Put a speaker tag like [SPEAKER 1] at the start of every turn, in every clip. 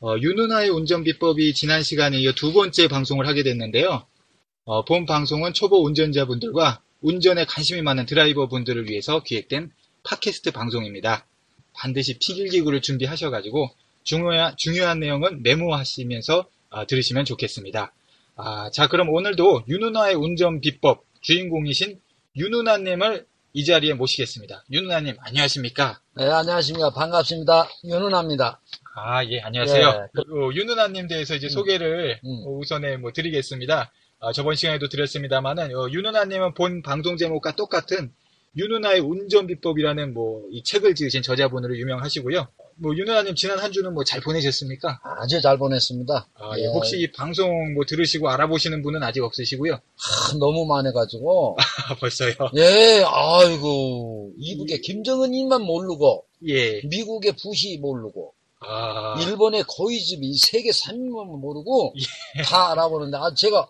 [SPEAKER 1] 어, 유누나의 운전비법이 지난 시간에 이어 두 번째 방송을 하게 됐는데요. 어, 본 방송은 초보 운전자분들과 운전에 관심이 많은 드라이버분들을 위해서 기획된 팟캐스트 방송입니다. 반드시 필기구를 준비하셔가지고 중요한, 중요한 내용은 메모하시면서 아, 들으시면 좋겠습니다. 아, 자, 그럼 오늘도 유누나의 운전비법 주인공이신 유누나님을 이 자리에 모시겠습니다. 윤은아님, 안녕하십니까?
[SPEAKER 2] 네, 안녕하십니까. 반갑습니다. 윤은아입니다.
[SPEAKER 1] 아, 예, 안녕하세요.
[SPEAKER 2] 예, 그-
[SPEAKER 1] 어, 윤은아님 대해서 이제 소개를
[SPEAKER 2] 음.
[SPEAKER 1] 어, 우선에 뭐 드리겠습니다. 아, 저번 시간에도 드렸습니다만은, 어, 윤은아님은 본 방송 제목과 똑같은 윤은아의 운전비법이라는 뭐, 이 책을 지으신 저자분으로 유명하시고요. 뭐, 윤은아님 지난 한 주는 뭐 잘 보내셨습니까?
[SPEAKER 2] 아주 잘 보냈습니다.
[SPEAKER 1] 아, 예, 혹시 이 방송 뭐 들으시고 알아보시는 분은 아직 없으시고요.
[SPEAKER 2] 아, 너무 많아가지고.
[SPEAKER 1] 아, 벌써요.
[SPEAKER 2] 예, 아이고. 이북의 김정은인만 모르고,
[SPEAKER 1] 예.
[SPEAKER 2] 미국의 부시 모르고,
[SPEAKER 1] 아,
[SPEAKER 2] 일본의 고이즈미, 세계 3인만 모르고,
[SPEAKER 1] 예.
[SPEAKER 2] 다 알아보는데, 아, 제가,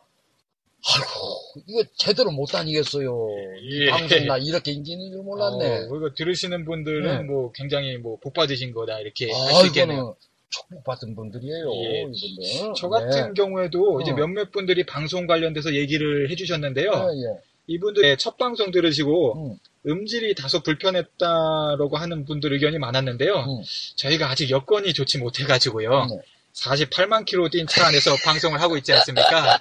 [SPEAKER 2] 아이고, 이거 제대로 못 다니겠어요. 이
[SPEAKER 1] 예.
[SPEAKER 2] 방송 나 이렇게 인기 있는 줄 몰랐네.
[SPEAKER 1] 어, 뭐 이거 들으시는 분들은
[SPEAKER 2] 네.
[SPEAKER 1] 뭐 굉장히 뭐 복 받으신 거다 이렇게 예, 할
[SPEAKER 2] 아,
[SPEAKER 1] 수 있겠네요.
[SPEAKER 2] 이거는 축복받은 분들이에요.
[SPEAKER 1] 예.
[SPEAKER 2] 이분들.
[SPEAKER 1] 저 같은 경우에도 이제
[SPEAKER 2] 어.
[SPEAKER 1] 몇몇 분들이 방송 관련돼서 얘기를 해주셨는데요.
[SPEAKER 2] 네. 예, 예.
[SPEAKER 1] 이분들의 첫 방송 들으시고
[SPEAKER 2] 음,
[SPEAKER 1] 음질이 다소 불편했다라고 하는 분들 의견이 많았는데요.
[SPEAKER 2] 음.
[SPEAKER 1] 저희가 아직 여건이 좋지 못해가지고요.
[SPEAKER 2] 네.
[SPEAKER 1] 48만 킬로 뛴 차 안에서 방송을 하고 있지 않습니까?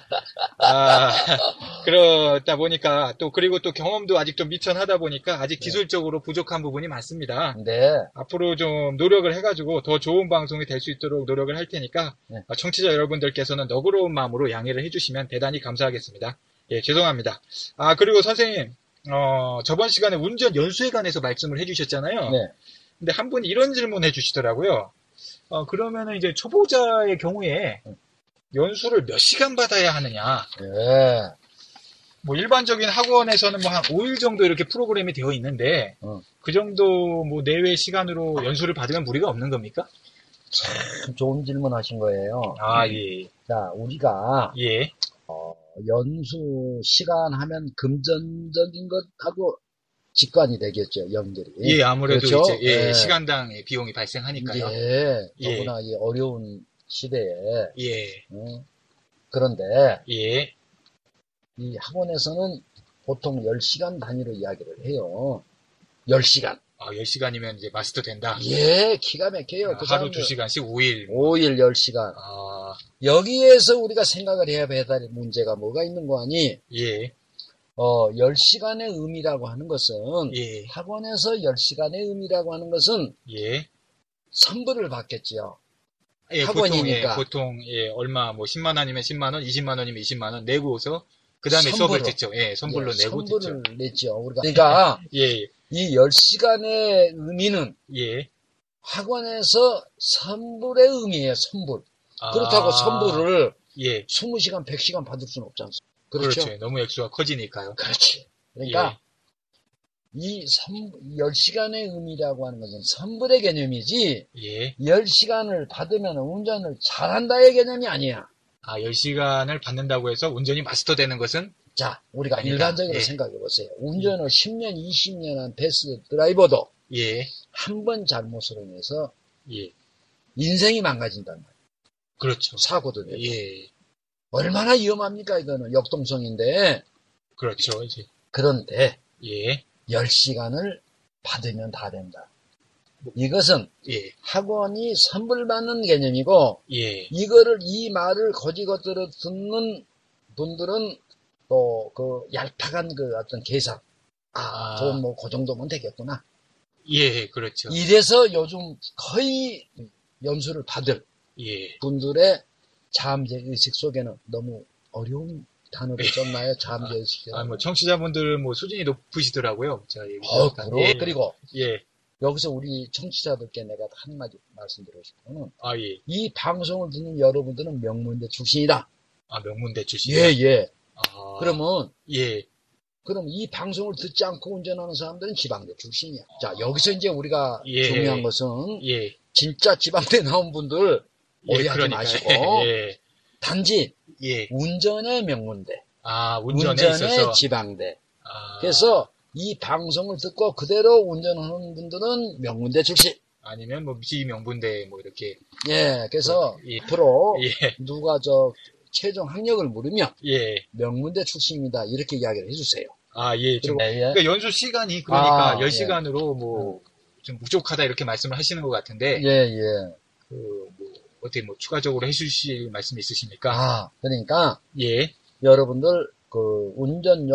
[SPEAKER 1] 아, 그러다 보니까 또 그리고 또 경험도 아직 좀 미천하다 보니까 아직 기술적으로 부족한 부분이 많습니다.
[SPEAKER 2] 네.
[SPEAKER 1] 앞으로 좀 노력을 해가지고 더 좋은 방송이 될 수 있도록 노력을 할 테니까
[SPEAKER 2] 네.
[SPEAKER 1] 아, 청취자 여러분들께서는 너그러운 마음으로 양해를 해주시면 대단히 감사하겠습니다. 예, 죄송합니다. 아 그리고 선생님, 어, 저번 시간에 운전 연수에 관해서 말씀을 해주셨잖아요.
[SPEAKER 2] 네.
[SPEAKER 1] 근데 한 분이 이런 질문 해주시더라고요. 어, 그러면은 이제 초보자의 경우에
[SPEAKER 2] 네.
[SPEAKER 1] 연수를 몇 시간 받아야 하느냐?
[SPEAKER 2] 예.
[SPEAKER 1] 뭐 일반적인 학원에서는 뭐 한 5일 정도 이렇게 프로그램이 되어 있는데
[SPEAKER 2] 어.
[SPEAKER 1] 그 정도 뭐 내외 시간으로 연수를 받으면 무리가 없는 겁니까?
[SPEAKER 2] 참 좋은 질문 하신 거예요.
[SPEAKER 1] 아, 예.
[SPEAKER 2] 자, 우리가
[SPEAKER 1] 예.
[SPEAKER 2] 연수 시간 하면 금전적인 것하고 직관이 되겠죠, 연결이.
[SPEAKER 1] 예, 아무래도
[SPEAKER 2] 그렇죠?
[SPEAKER 1] 이제 예,
[SPEAKER 2] 예.
[SPEAKER 1] 시간당 비용이 발생하니까요.
[SPEAKER 2] 예,
[SPEAKER 1] 예.
[SPEAKER 2] 너무나 이 어려운 시대에.
[SPEAKER 1] 예.
[SPEAKER 2] 음, 그런데
[SPEAKER 1] 예.
[SPEAKER 2] 이 학원에서는 보통 10시간 단위로 이야기를 해요. 10시간.
[SPEAKER 1] 아, 10시간이면 이제 마스터 된다.
[SPEAKER 2] 예, 기가 막혀요.
[SPEAKER 1] 아,
[SPEAKER 2] 그
[SPEAKER 1] 하루
[SPEAKER 2] 사람들.
[SPEAKER 1] 2시간씩 5일.
[SPEAKER 2] 5일 10시간.
[SPEAKER 1] 아,
[SPEAKER 2] 여기에서 우리가 생각을 해야 될 문제가 뭐가 있는 거 아니?
[SPEAKER 1] 예.
[SPEAKER 2] 어, 10시간의 의미라고 하는 것은
[SPEAKER 1] 예.
[SPEAKER 2] 학원에서 10시간의 의미라고 하는 것은
[SPEAKER 1] 예.
[SPEAKER 2] 선불을 받겠지요.
[SPEAKER 1] 예, 보통 예,
[SPEAKER 2] 학원이니까.
[SPEAKER 1] 보통 예, 얼마 뭐 10만 원이면 10만 원, 20만 원이면 20만 원 내고서 그다음에
[SPEAKER 2] 선불로.
[SPEAKER 1] 수업을 듣죠. 예, 선불로
[SPEAKER 2] 예,
[SPEAKER 1] 내고 듣죠.
[SPEAKER 2] 선불을 냈죠. 우리가. 그러니까
[SPEAKER 1] 예.
[SPEAKER 2] 이 10시간의 의미는
[SPEAKER 1] 예.
[SPEAKER 2] 학원에서 선불의 의미예요. 선불.
[SPEAKER 1] 아,
[SPEAKER 2] 그렇다고 선불을
[SPEAKER 1] 예.
[SPEAKER 2] 20시간, 100시간 받을 수는 없지 않습니까?
[SPEAKER 1] 그렇죠.
[SPEAKER 2] 그렇죠.
[SPEAKER 1] 너무 액수가 커지니까요.
[SPEAKER 2] 그렇지.
[SPEAKER 1] 예.
[SPEAKER 2] 그러니까 이 선, 10시간의 의미라고 하는 것은 선불의 개념이지
[SPEAKER 1] 예.
[SPEAKER 2] 10시간을 받으면 운전을 잘한다의 개념이 아니야.
[SPEAKER 1] 아, 10시간을 받는다고 해서 운전이 마스터 되는 것은
[SPEAKER 2] 자, 우리가
[SPEAKER 1] 아니다.
[SPEAKER 2] 일반적으로
[SPEAKER 1] 예.
[SPEAKER 2] 생각해 보세요. 운전을 10년, 20년 한 베스트 드라이버도
[SPEAKER 1] 예.
[SPEAKER 2] 한 번 잘못으로 인해서
[SPEAKER 1] 예.
[SPEAKER 2] 인생이 망가진단 말이에요.
[SPEAKER 1] 그렇죠.
[SPEAKER 2] 사고도 되고.
[SPEAKER 1] 예.
[SPEAKER 2] 얼마나 위험합니까, 이거는. 역동성인데.
[SPEAKER 1] 그렇죠. 이제
[SPEAKER 2] 그런데
[SPEAKER 1] 예.
[SPEAKER 2] 10시간을 받으면 다 된다. 이것은
[SPEAKER 1] 예.
[SPEAKER 2] 학원이 선불받는 개념이고,
[SPEAKER 1] 예.
[SPEAKER 2] 이거를, 이 말을 거지것들어 듣는 분들은 또 그 얄팍한 그 어떤 계산, 아,
[SPEAKER 1] 아.
[SPEAKER 2] 돈 뭐 그 정도면 되겠구나.
[SPEAKER 1] 예, 그렇죠.
[SPEAKER 2] 이래서 요즘 거의 연수를 받을
[SPEAKER 1] 예.
[SPEAKER 2] 분들의 잠재의식 속에는 너무 어려운 단어를 썼나요? 잠재의식.
[SPEAKER 1] 네. 아, 뭐, 청취자분들, 뭐, 수준이 높으시더라고요. 제가 얘기
[SPEAKER 2] 어, 그럼.
[SPEAKER 1] 예,
[SPEAKER 2] 그리고
[SPEAKER 1] 예.
[SPEAKER 2] 여기서 우리 청취자들께 내가 한마디 말씀드리고 싶은 거는
[SPEAKER 1] 아, 예.
[SPEAKER 2] 이 방송을 듣는 여러분들은 명문대 출신이다.
[SPEAKER 1] 아, 명문대 출신.
[SPEAKER 2] 예, 예.
[SPEAKER 1] 아,
[SPEAKER 2] 그러면,
[SPEAKER 1] 예.
[SPEAKER 2] 그럼 이 방송을 듣지 않고 운전하는 사람들은 지방대 출신이야. 자, 여기서 이제 우리가
[SPEAKER 1] 예.
[SPEAKER 2] 중요한 것은
[SPEAKER 1] 예.
[SPEAKER 2] 진짜 지방대 나온 분들 오해하지
[SPEAKER 1] 그러니까요.
[SPEAKER 2] 마시고
[SPEAKER 1] 예.
[SPEAKER 2] 단지
[SPEAKER 1] 예.
[SPEAKER 2] 운전의 명문대,
[SPEAKER 1] 아, 운전에
[SPEAKER 2] 운전의
[SPEAKER 1] 있어서.
[SPEAKER 2] 지방대.
[SPEAKER 1] 아,
[SPEAKER 2] 그래서 이 방송을 듣고 그대로 운전하는 분들은 명문대 출신.
[SPEAKER 1] 아니면 뭐, 미지명분대, 뭐, 이렇게.
[SPEAKER 2] 예, 그래서
[SPEAKER 1] 예.
[SPEAKER 2] 앞으로
[SPEAKER 1] 예.
[SPEAKER 2] 누가 저 최종 학력을 물으면
[SPEAKER 1] 예.
[SPEAKER 2] 명문대 출신입니다. 이렇게 이야기를 해주세요.
[SPEAKER 1] 아, 예. 좀
[SPEAKER 2] 그리고 예.
[SPEAKER 1] 그러니까 연수 시간이 그러니까
[SPEAKER 2] 아,
[SPEAKER 1] 10시간으로 뭐, 좀 부족하다 이렇게 말씀을 하시는 것 같은데,
[SPEAKER 2] 예, 예.
[SPEAKER 1] 그, 뭐, 어떻게 뭐 추가적으로 해주실 말씀 있으십니까?
[SPEAKER 2] 아, 그러니까
[SPEAKER 1] 예,
[SPEAKER 2] 여러분들 그 운전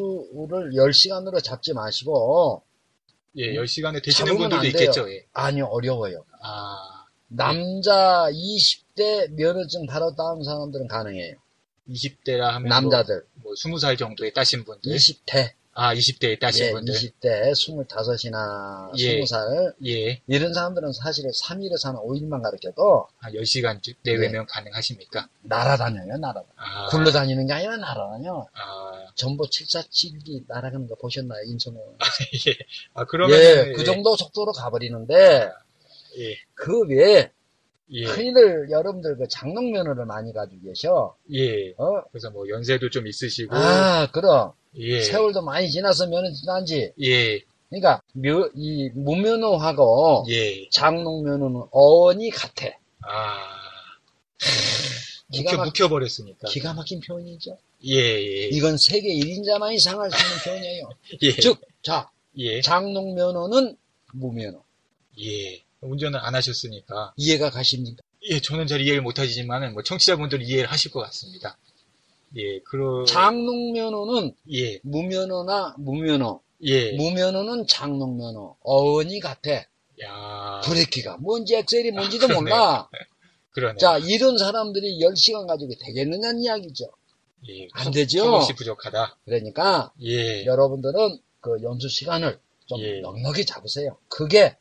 [SPEAKER 2] 연수를 10시간으로 잡지 마시고
[SPEAKER 1] 예, 10시간에 되시는
[SPEAKER 2] 잡으면
[SPEAKER 1] 분들도
[SPEAKER 2] 안 돼요.
[SPEAKER 1] 있겠죠, 예.
[SPEAKER 2] 아니요, 어려워요.
[SPEAKER 1] 아,
[SPEAKER 2] 남자 20대 면허증 바로 따온 사람들은 가능해요.
[SPEAKER 1] 20대라 하면
[SPEAKER 2] 남자들
[SPEAKER 1] 뭐, 뭐 20살 정도에 따신 분들,
[SPEAKER 2] 20대,
[SPEAKER 1] 아, 20대에 따신
[SPEAKER 2] 예,
[SPEAKER 1] 분들,
[SPEAKER 2] 20대 25이나
[SPEAKER 1] 예.
[SPEAKER 2] 20살
[SPEAKER 1] 예,
[SPEAKER 2] 이런 사람들은 사실은 3일에서 한 5일만 가르쳐도
[SPEAKER 1] 한 아, 10시간 내외면 가능하십니까?
[SPEAKER 2] 날아다녀요, 날아.
[SPEAKER 1] 아,
[SPEAKER 2] 네. 굴러다니는 게 아니라 날아다녀.
[SPEAKER 1] 아,
[SPEAKER 2] 전보 747이 날아가는 거 보셨나요, 인천에?
[SPEAKER 1] 예. 아, 그러면,
[SPEAKER 2] 예, 그 정도 속도로 가버리는데
[SPEAKER 1] 예,
[SPEAKER 2] 그 외에
[SPEAKER 1] 예,
[SPEAKER 2] 큰일을 여러분들 그 장롱 면허를 많이 가지고 계셔.
[SPEAKER 1] 예.
[SPEAKER 2] 어?
[SPEAKER 1] 그래서 뭐, 연세도 좀 있으시고,
[SPEAKER 2] 아, 그럼
[SPEAKER 1] 예,
[SPEAKER 2] 세월도 많이 지나서 면허 지난지.
[SPEAKER 1] 예,
[SPEAKER 2] 그러니까 묘- 이 무면허하고
[SPEAKER 1] 예.
[SPEAKER 2] 장롱 면허는 어원이 같아.
[SPEAKER 1] 아,
[SPEAKER 2] 기가
[SPEAKER 1] 묵혀,
[SPEAKER 2] 막-
[SPEAKER 1] 묵혀버렸으니까.
[SPEAKER 2] 기가 막힌 표현이죠.
[SPEAKER 1] 예, 예,
[SPEAKER 2] 이건 세계 1인자만이 상할 수 있는 표현이에요.
[SPEAKER 1] 예,
[SPEAKER 2] 즉, 자,
[SPEAKER 1] 예,
[SPEAKER 2] 장롱 면허는 무면허.
[SPEAKER 1] 예. 운전을 안 하셨으니까.
[SPEAKER 2] 이해가 가십니까?
[SPEAKER 1] 예, 저는 잘 이해를 못하지만, 뭐, 청취자분들 이해를 하실 것 같습니다. 예, 그러,
[SPEAKER 2] 장롱 면허는
[SPEAKER 1] 예,
[SPEAKER 2] 무면허나 무면허.
[SPEAKER 1] 예.
[SPEAKER 2] 무면허는 장롱 면허. 어원이 같아.
[SPEAKER 1] 야,
[SPEAKER 2] 브레이크가 뭔지 엑셀이 뭔지도
[SPEAKER 1] 아, 그러네.
[SPEAKER 2] 몰라.
[SPEAKER 1] 그러네.
[SPEAKER 2] 자, 이런 사람들이 10시간 가지고 되겠느냐는 이야기죠.
[SPEAKER 1] 예,
[SPEAKER 2] 안
[SPEAKER 1] 소-
[SPEAKER 2] 되죠?
[SPEAKER 1] 소금씨 부족하다.
[SPEAKER 2] 그러니까
[SPEAKER 1] 예,
[SPEAKER 2] 여러분들은 그 연수 시간을 좀
[SPEAKER 1] 예.
[SPEAKER 2] 넉넉히 잡으세요. 그게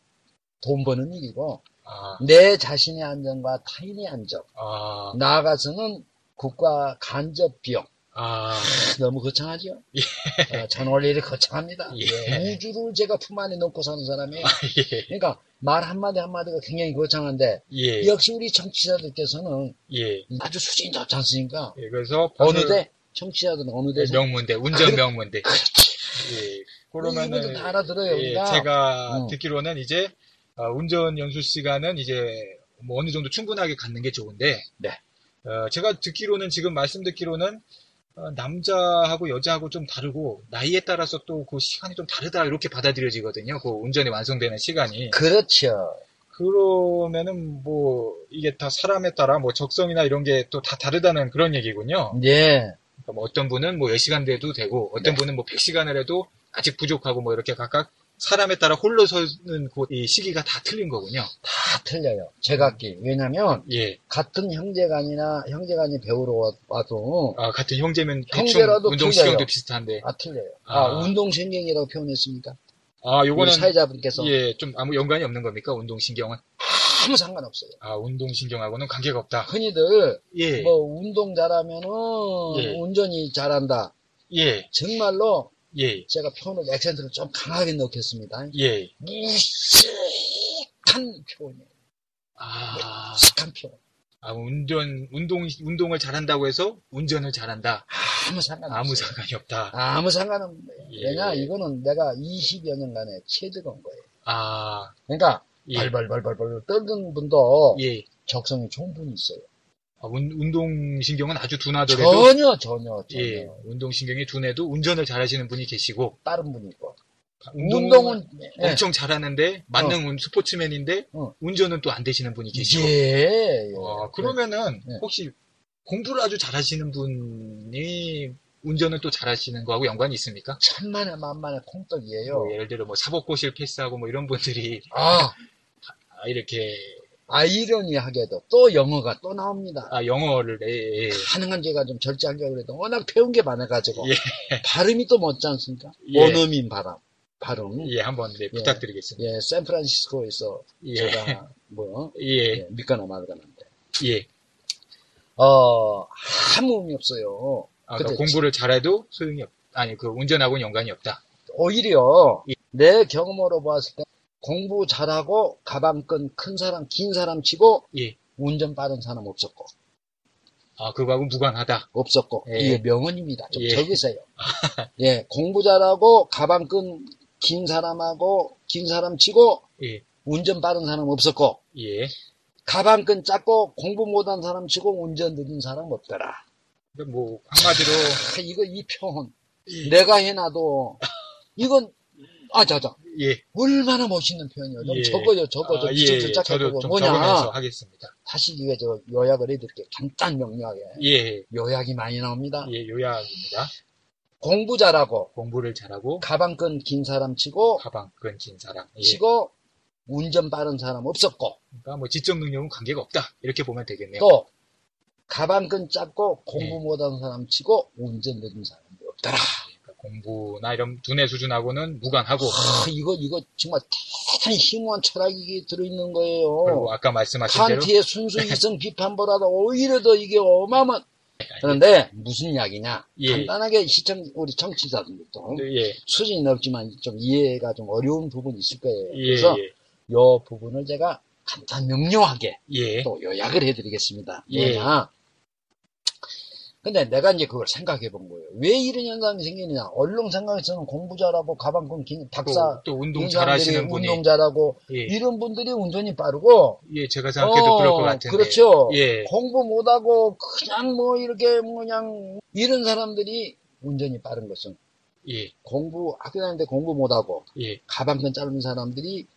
[SPEAKER 2] 돈 버는 일이고
[SPEAKER 1] 아,
[SPEAKER 2] 내 자신의 안전과 타인의 안전
[SPEAKER 1] 아,
[SPEAKER 2] 나아가서는 국가 간접 비용
[SPEAKER 1] 아,
[SPEAKER 2] 너무 거창하죠? 어, 전 원래 이렇게 거창합니다.
[SPEAKER 1] 예.
[SPEAKER 2] 예, 우주를 제가 품 안에 넣고 사는 사람이에요.
[SPEAKER 1] 예,
[SPEAKER 2] 그러니까 말 한마디 한마디가 굉장히 거창한데
[SPEAKER 1] 예,
[SPEAKER 2] 역시 우리 청취자들께서는
[SPEAKER 1] 예.
[SPEAKER 2] 아주 수준이 좋지 않습니까?
[SPEAKER 1] 예, 그래서,
[SPEAKER 2] 어느
[SPEAKER 1] 방금
[SPEAKER 2] 대? 아, 청취자들은 어느 대에서
[SPEAKER 1] 명문대, 운전 명문대. 예,
[SPEAKER 2] 이분들
[SPEAKER 1] 그러면은,
[SPEAKER 2] 다 알아들어요.
[SPEAKER 1] 예,
[SPEAKER 2] 우리가.
[SPEAKER 1] 제가
[SPEAKER 2] 음.
[SPEAKER 1] 듣기로는 이제 아, 운전 연수 시간은 이제 뭐 어느 정도 충분하게 갖는 게 좋은데,
[SPEAKER 2] 네.
[SPEAKER 1] 어, 제가 듣기로는 지금 말씀 듣기로는 어, 남자하고 여자하고 좀 다르고 나이에 따라서 또 그 시간이 좀 다르다 이렇게 받아들여지거든요. 그 운전이 완성되는 시간이.
[SPEAKER 2] 그렇죠.
[SPEAKER 1] 그러면은 뭐 이게 다 사람에 따라 뭐 적성이나 이런 게 또 다 다르다는 그런 얘기군요.
[SPEAKER 2] 예.
[SPEAKER 1] 그러니까 뭐 어떤 분은 뭐 10시간 돼도 되고,
[SPEAKER 2] 네.
[SPEAKER 1] 어떤 분은 뭐 100시간을 해도 아직 부족하고 뭐 이렇게 각각 사람에 따라 홀로 서는 그이 시기가 다 틀린 거군요.
[SPEAKER 2] 다 틀려요. 제각기. 왜냐면
[SPEAKER 1] 예.
[SPEAKER 2] 같은 형제간이나 형제간이 배우러 와- 와도
[SPEAKER 1] 아, 같은 형제면 대충
[SPEAKER 2] 형제라도
[SPEAKER 1] 운동신경도
[SPEAKER 2] 틀려요.
[SPEAKER 1] 비슷한데.
[SPEAKER 2] 다 틀려요.
[SPEAKER 1] 아.
[SPEAKER 2] 아, 운동신경이라고 표현했습니까?
[SPEAKER 1] 아,
[SPEAKER 2] 우리
[SPEAKER 1] 요거는
[SPEAKER 2] 사회자분께서
[SPEAKER 1] 예, 좀 아무 연관이 없는 겁니까? 운동신경은?
[SPEAKER 2] 아무 상관없어요.
[SPEAKER 1] 아, 운동신경하고는 관계가 없다.
[SPEAKER 2] 흔히들
[SPEAKER 1] 예.
[SPEAKER 2] 뭐 운동 잘하면은
[SPEAKER 1] 예.
[SPEAKER 2] 운전이 잘한다.
[SPEAKER 1] 예.
[SPEAKER 2] 정말로
[SPEAKER 1] 예.
[SPEAKER 2] 제가 표현을 액센트를 좀 강하게 넣겠습니다.
[SPEAKER 1] 예.
[SPEAKER 2] 무식한 표현이에요.
[SPEAKER 1] 아.
[SPEAKER 2] 무식한 표현.
[SPEAKER 1] 아, 운전 운동 운동을 잘한다고 해서 운전을 잘한다.
[SPEAKER 2] 아무 상관없어요.
[SPEAKER 1] 아무 상관이 없다.
[SPEAKER 2] 아무 상관없는 거예요.
[SPEAKER 1] 예.
[SPEAKER 2] 왜냐, 이거는 내가 20여 년간에 체득한 거예요.
[SPEAKER 1] 아.
[SPEAKER 2] 그러니까,
[SPEAKER 1] 예.
[SPEAKER 2] 발발발발발 떨는 분도
[SPEAKER 1] 예.
[SPEAKER 2] 적성이 좋은 분이 있어요.
[SPEAKER 1] 아, 운, 운동신경은 아주 둔하더라도
[SPEAKER 2] 전혀, 전혀, 전혀.
[SPEAKER 1] 예, 운동신경이 둔해도 운전을 잘하시는 분이 계시고
[SPEAKER 2] 다른 분이 있고.
[SPEAKER 1] 운동은,
[SPEAKER 2] 운동은, 예.
[SPEAKER 1] 엄청 잘하는데 만능 운- 스포츠맨인데
[SPEAKER 2] 어.
[SPEAKER 1] 운전은 또 안 되시는 분이 계시고
[SPEAKER 2] 예. 예.
[SPEAKER 1] 어, 그러면은
[SPEAKER 2] 예.
[SPEAKER 1] 혹시 공부를 아주 잘하시는 분이 운전을 또 잘하시는 거하고 연관이 있습니까?
[SPEAKER 2] 천만에 만만의 콩떡이에요.
[SPEAKER 1] 뭐 예를 들어 뭐 사복고시를 패스하고 뭐 이런 분들이
[SPEAKER 2] 아,
[SPEAKER 1] 아, 이렇게
[SPEAKER 2] 아이러니하게도 또 영어가 또 나옵니다.
[SPEAKER 1] 아, 영어를 예, 예.
[SPEAKER 2] 하는 건 제가 좀 절제하려고 그래도 워낙 배운 게 많아가지고.
[SPEAKER 1] 예.
[SPEAKER 2] 발음이 또 못지 않습니까?
[SPEAKER 1] 예.
[SPEAKER 2] 원어민 발음. 발음.
[SPEAKER 1] 예, 한번 네, 부탁드리겠습니다.
[SPEAKER 2] 예, 샌프란시스코에서
[SPEAKER 1] 예.
[SPEAKER 2] 제가 뭐
[SPEAKER 1] 예.
[SPEAKER 2] 예, 믿거나 말거나인데
[SPEAKER 1] 예.
[SPEAKER 2] 어 아무음이 없어요.
[SPEAKER 1] 아,
[SPEAKER 2] 근데
[SPEAKER 1] 그러니까 공부를 잘해도 소용이 없 아니 그 운전하고는 연관이 없다.
[SPEAKER 2] 오히려
[SPEAKER 1] 예.
[SPEAKER 2] 내 경험으로 봤을 때 공부 잘하고 가방끈 큰 사람 긴 사람 치고
[SPEAKER 1] 예.
[SPEAKER 2] 운전 빠른 사람 없었고
[SPEAKER 1] 아 그거하고 무관하다.
[SPEAKER 2] 없었고
[SPEAKER 1] 예.
[SPEAKER 2] 이게 명언입니다. 좀
[SPEAKER 1] 예.
[SPEAKER 2] 적으세요. 예, 공부 잘하고 가방끈 긴 사람하고 긴 사람 치고
[SPEAKER 1] 예.
[SPEAKER 2] 운전 빠른 사람 없었고
[SPEAKER 1] 예.
[SPEAKER 2] 가방끈 작고 공부 못한 사람 치고 운전 느린 사람 없더라.
[SPEAKER 1] 그러니까 뭐 한마디로
[SPEAKER 2] 아, 이거 이 표현
[SPEAKER 1] 예.
[SPEAKER 2] 내가 해놔도 이건 아자자
[SPEAKER 1] 예.
[SPEAKER 2] 얼마나 멋있는 표현이에요 좀
[SPEAKER 1] 예.
[SPEAKER 2] 적어요 적어 좀
[SPEAKER 1] 아, 예,
[SPEAKER 2] 직접
[SPEAKER 1] 예.
[SPEAKER 2] 좀 작게
[SPEAKER 1] 저도
[SPEAKER 2] 보고
[SPEAKER 1] 좀
[SPEAKER 2] 뭐냐
[SPEAKER 1] 적으면서 하겠습니다.
[SPEAKER 2] 아, 다시 이게 저 요약을 해드릴게요 간단 명료하게
[SPEAKER 1] 예.
[SPEAKER 2] 요약이 많이 나옵니다
[SPEAKER 1] 예, 요약입니다.
[SPEAKER 2] 공부 잘하고
[SPEAKER 1] 공부를 잘하고
[SPEAKER 2] 가방끈 긴 사람 치고
[SPEAKER 1] 가방 끈진 사람. 예.
[SPEAKER 2] 치고 운전 빠른 사람 없었고
[SPEAKER 1] 그러니까 뭐 지적 능력은 관계가 없다. 이렇게 보면 되겠네요.
[SPEAKER 2] 또 가방끈 작고
[SPEAKER 1] 예.
[SPEAKER 2] 공부 못한 사람 치고 운전 느린 사람이 없더라
[SPEAKER 1] 그러니까 공부나 이런 두뇌 수준하고는 무관하고
[SPEAKER 2] 아, 이거 이거 정말 대단히 심오한 철학이 들어있는 거예요
[SPEAKER 1] 그리고 아까 말씀하신 대로
[SPEAKER 2] 칸트의 순수 이성 비판보다도 오히려 더 이게 어마어마한. 그런데 무슨 이야기냐?
[SPEAKER 1] 예.
[SPEAKER 2] 간단하게 시청 우리 청취자들도
[SPEAKER 1] 예.
[SPEAKER 2] 수준이 높지만 좀 이해가 좀 어려운 부분이 있을 거예요.
[SPEAKER 1] 예.
[SPEAKER 2] 그래서 요 부분을 제가 간단 명료하게
[SPEAKER 1] 예.
[SPEAKER 2] 또 요약을 해드리겠습니다.
[SPEAKER 1] 예.
[SPEAKER 2] 뭐냐? 근데 내가 이제 그걸 생각해 본 거예요. 왜 이런 현상이 생기느냐? 언론 생각에서는 공부 잘하고 가방끈 긴 박사
[SPEAKER 1] 또, 또 운동
[SPEAKER 2] 이런 사람들이
[SPEAKER 1] 잘하시는 분이
[SPEAKER 2] 운동 잘하고
[SPEAKER 1] 예.
[SPEAKER 2] 이런 분들이 운전이 빠르고
[SPEAKER 1] 예, 제가 생각해도
[SPEAKER 2] 어,
[SPEAKER 1] 그럴 것 같은데.
[SPEAKER 2] 그렇죠.
[SPEAKER 1] 예.
[SPEAKER 2] 공부 못하고 그냥 뭐 이렇게 뭐 그냥 이런 사람들이 운전이 빠른 것은
[SPEAKER 1] 예.
[SPEAKER 2] 공부 학교 다니는데 공부 못하고
[SPEAKER 1] 예.
[SPEAKER 2] 가방끈 짧은 사람들이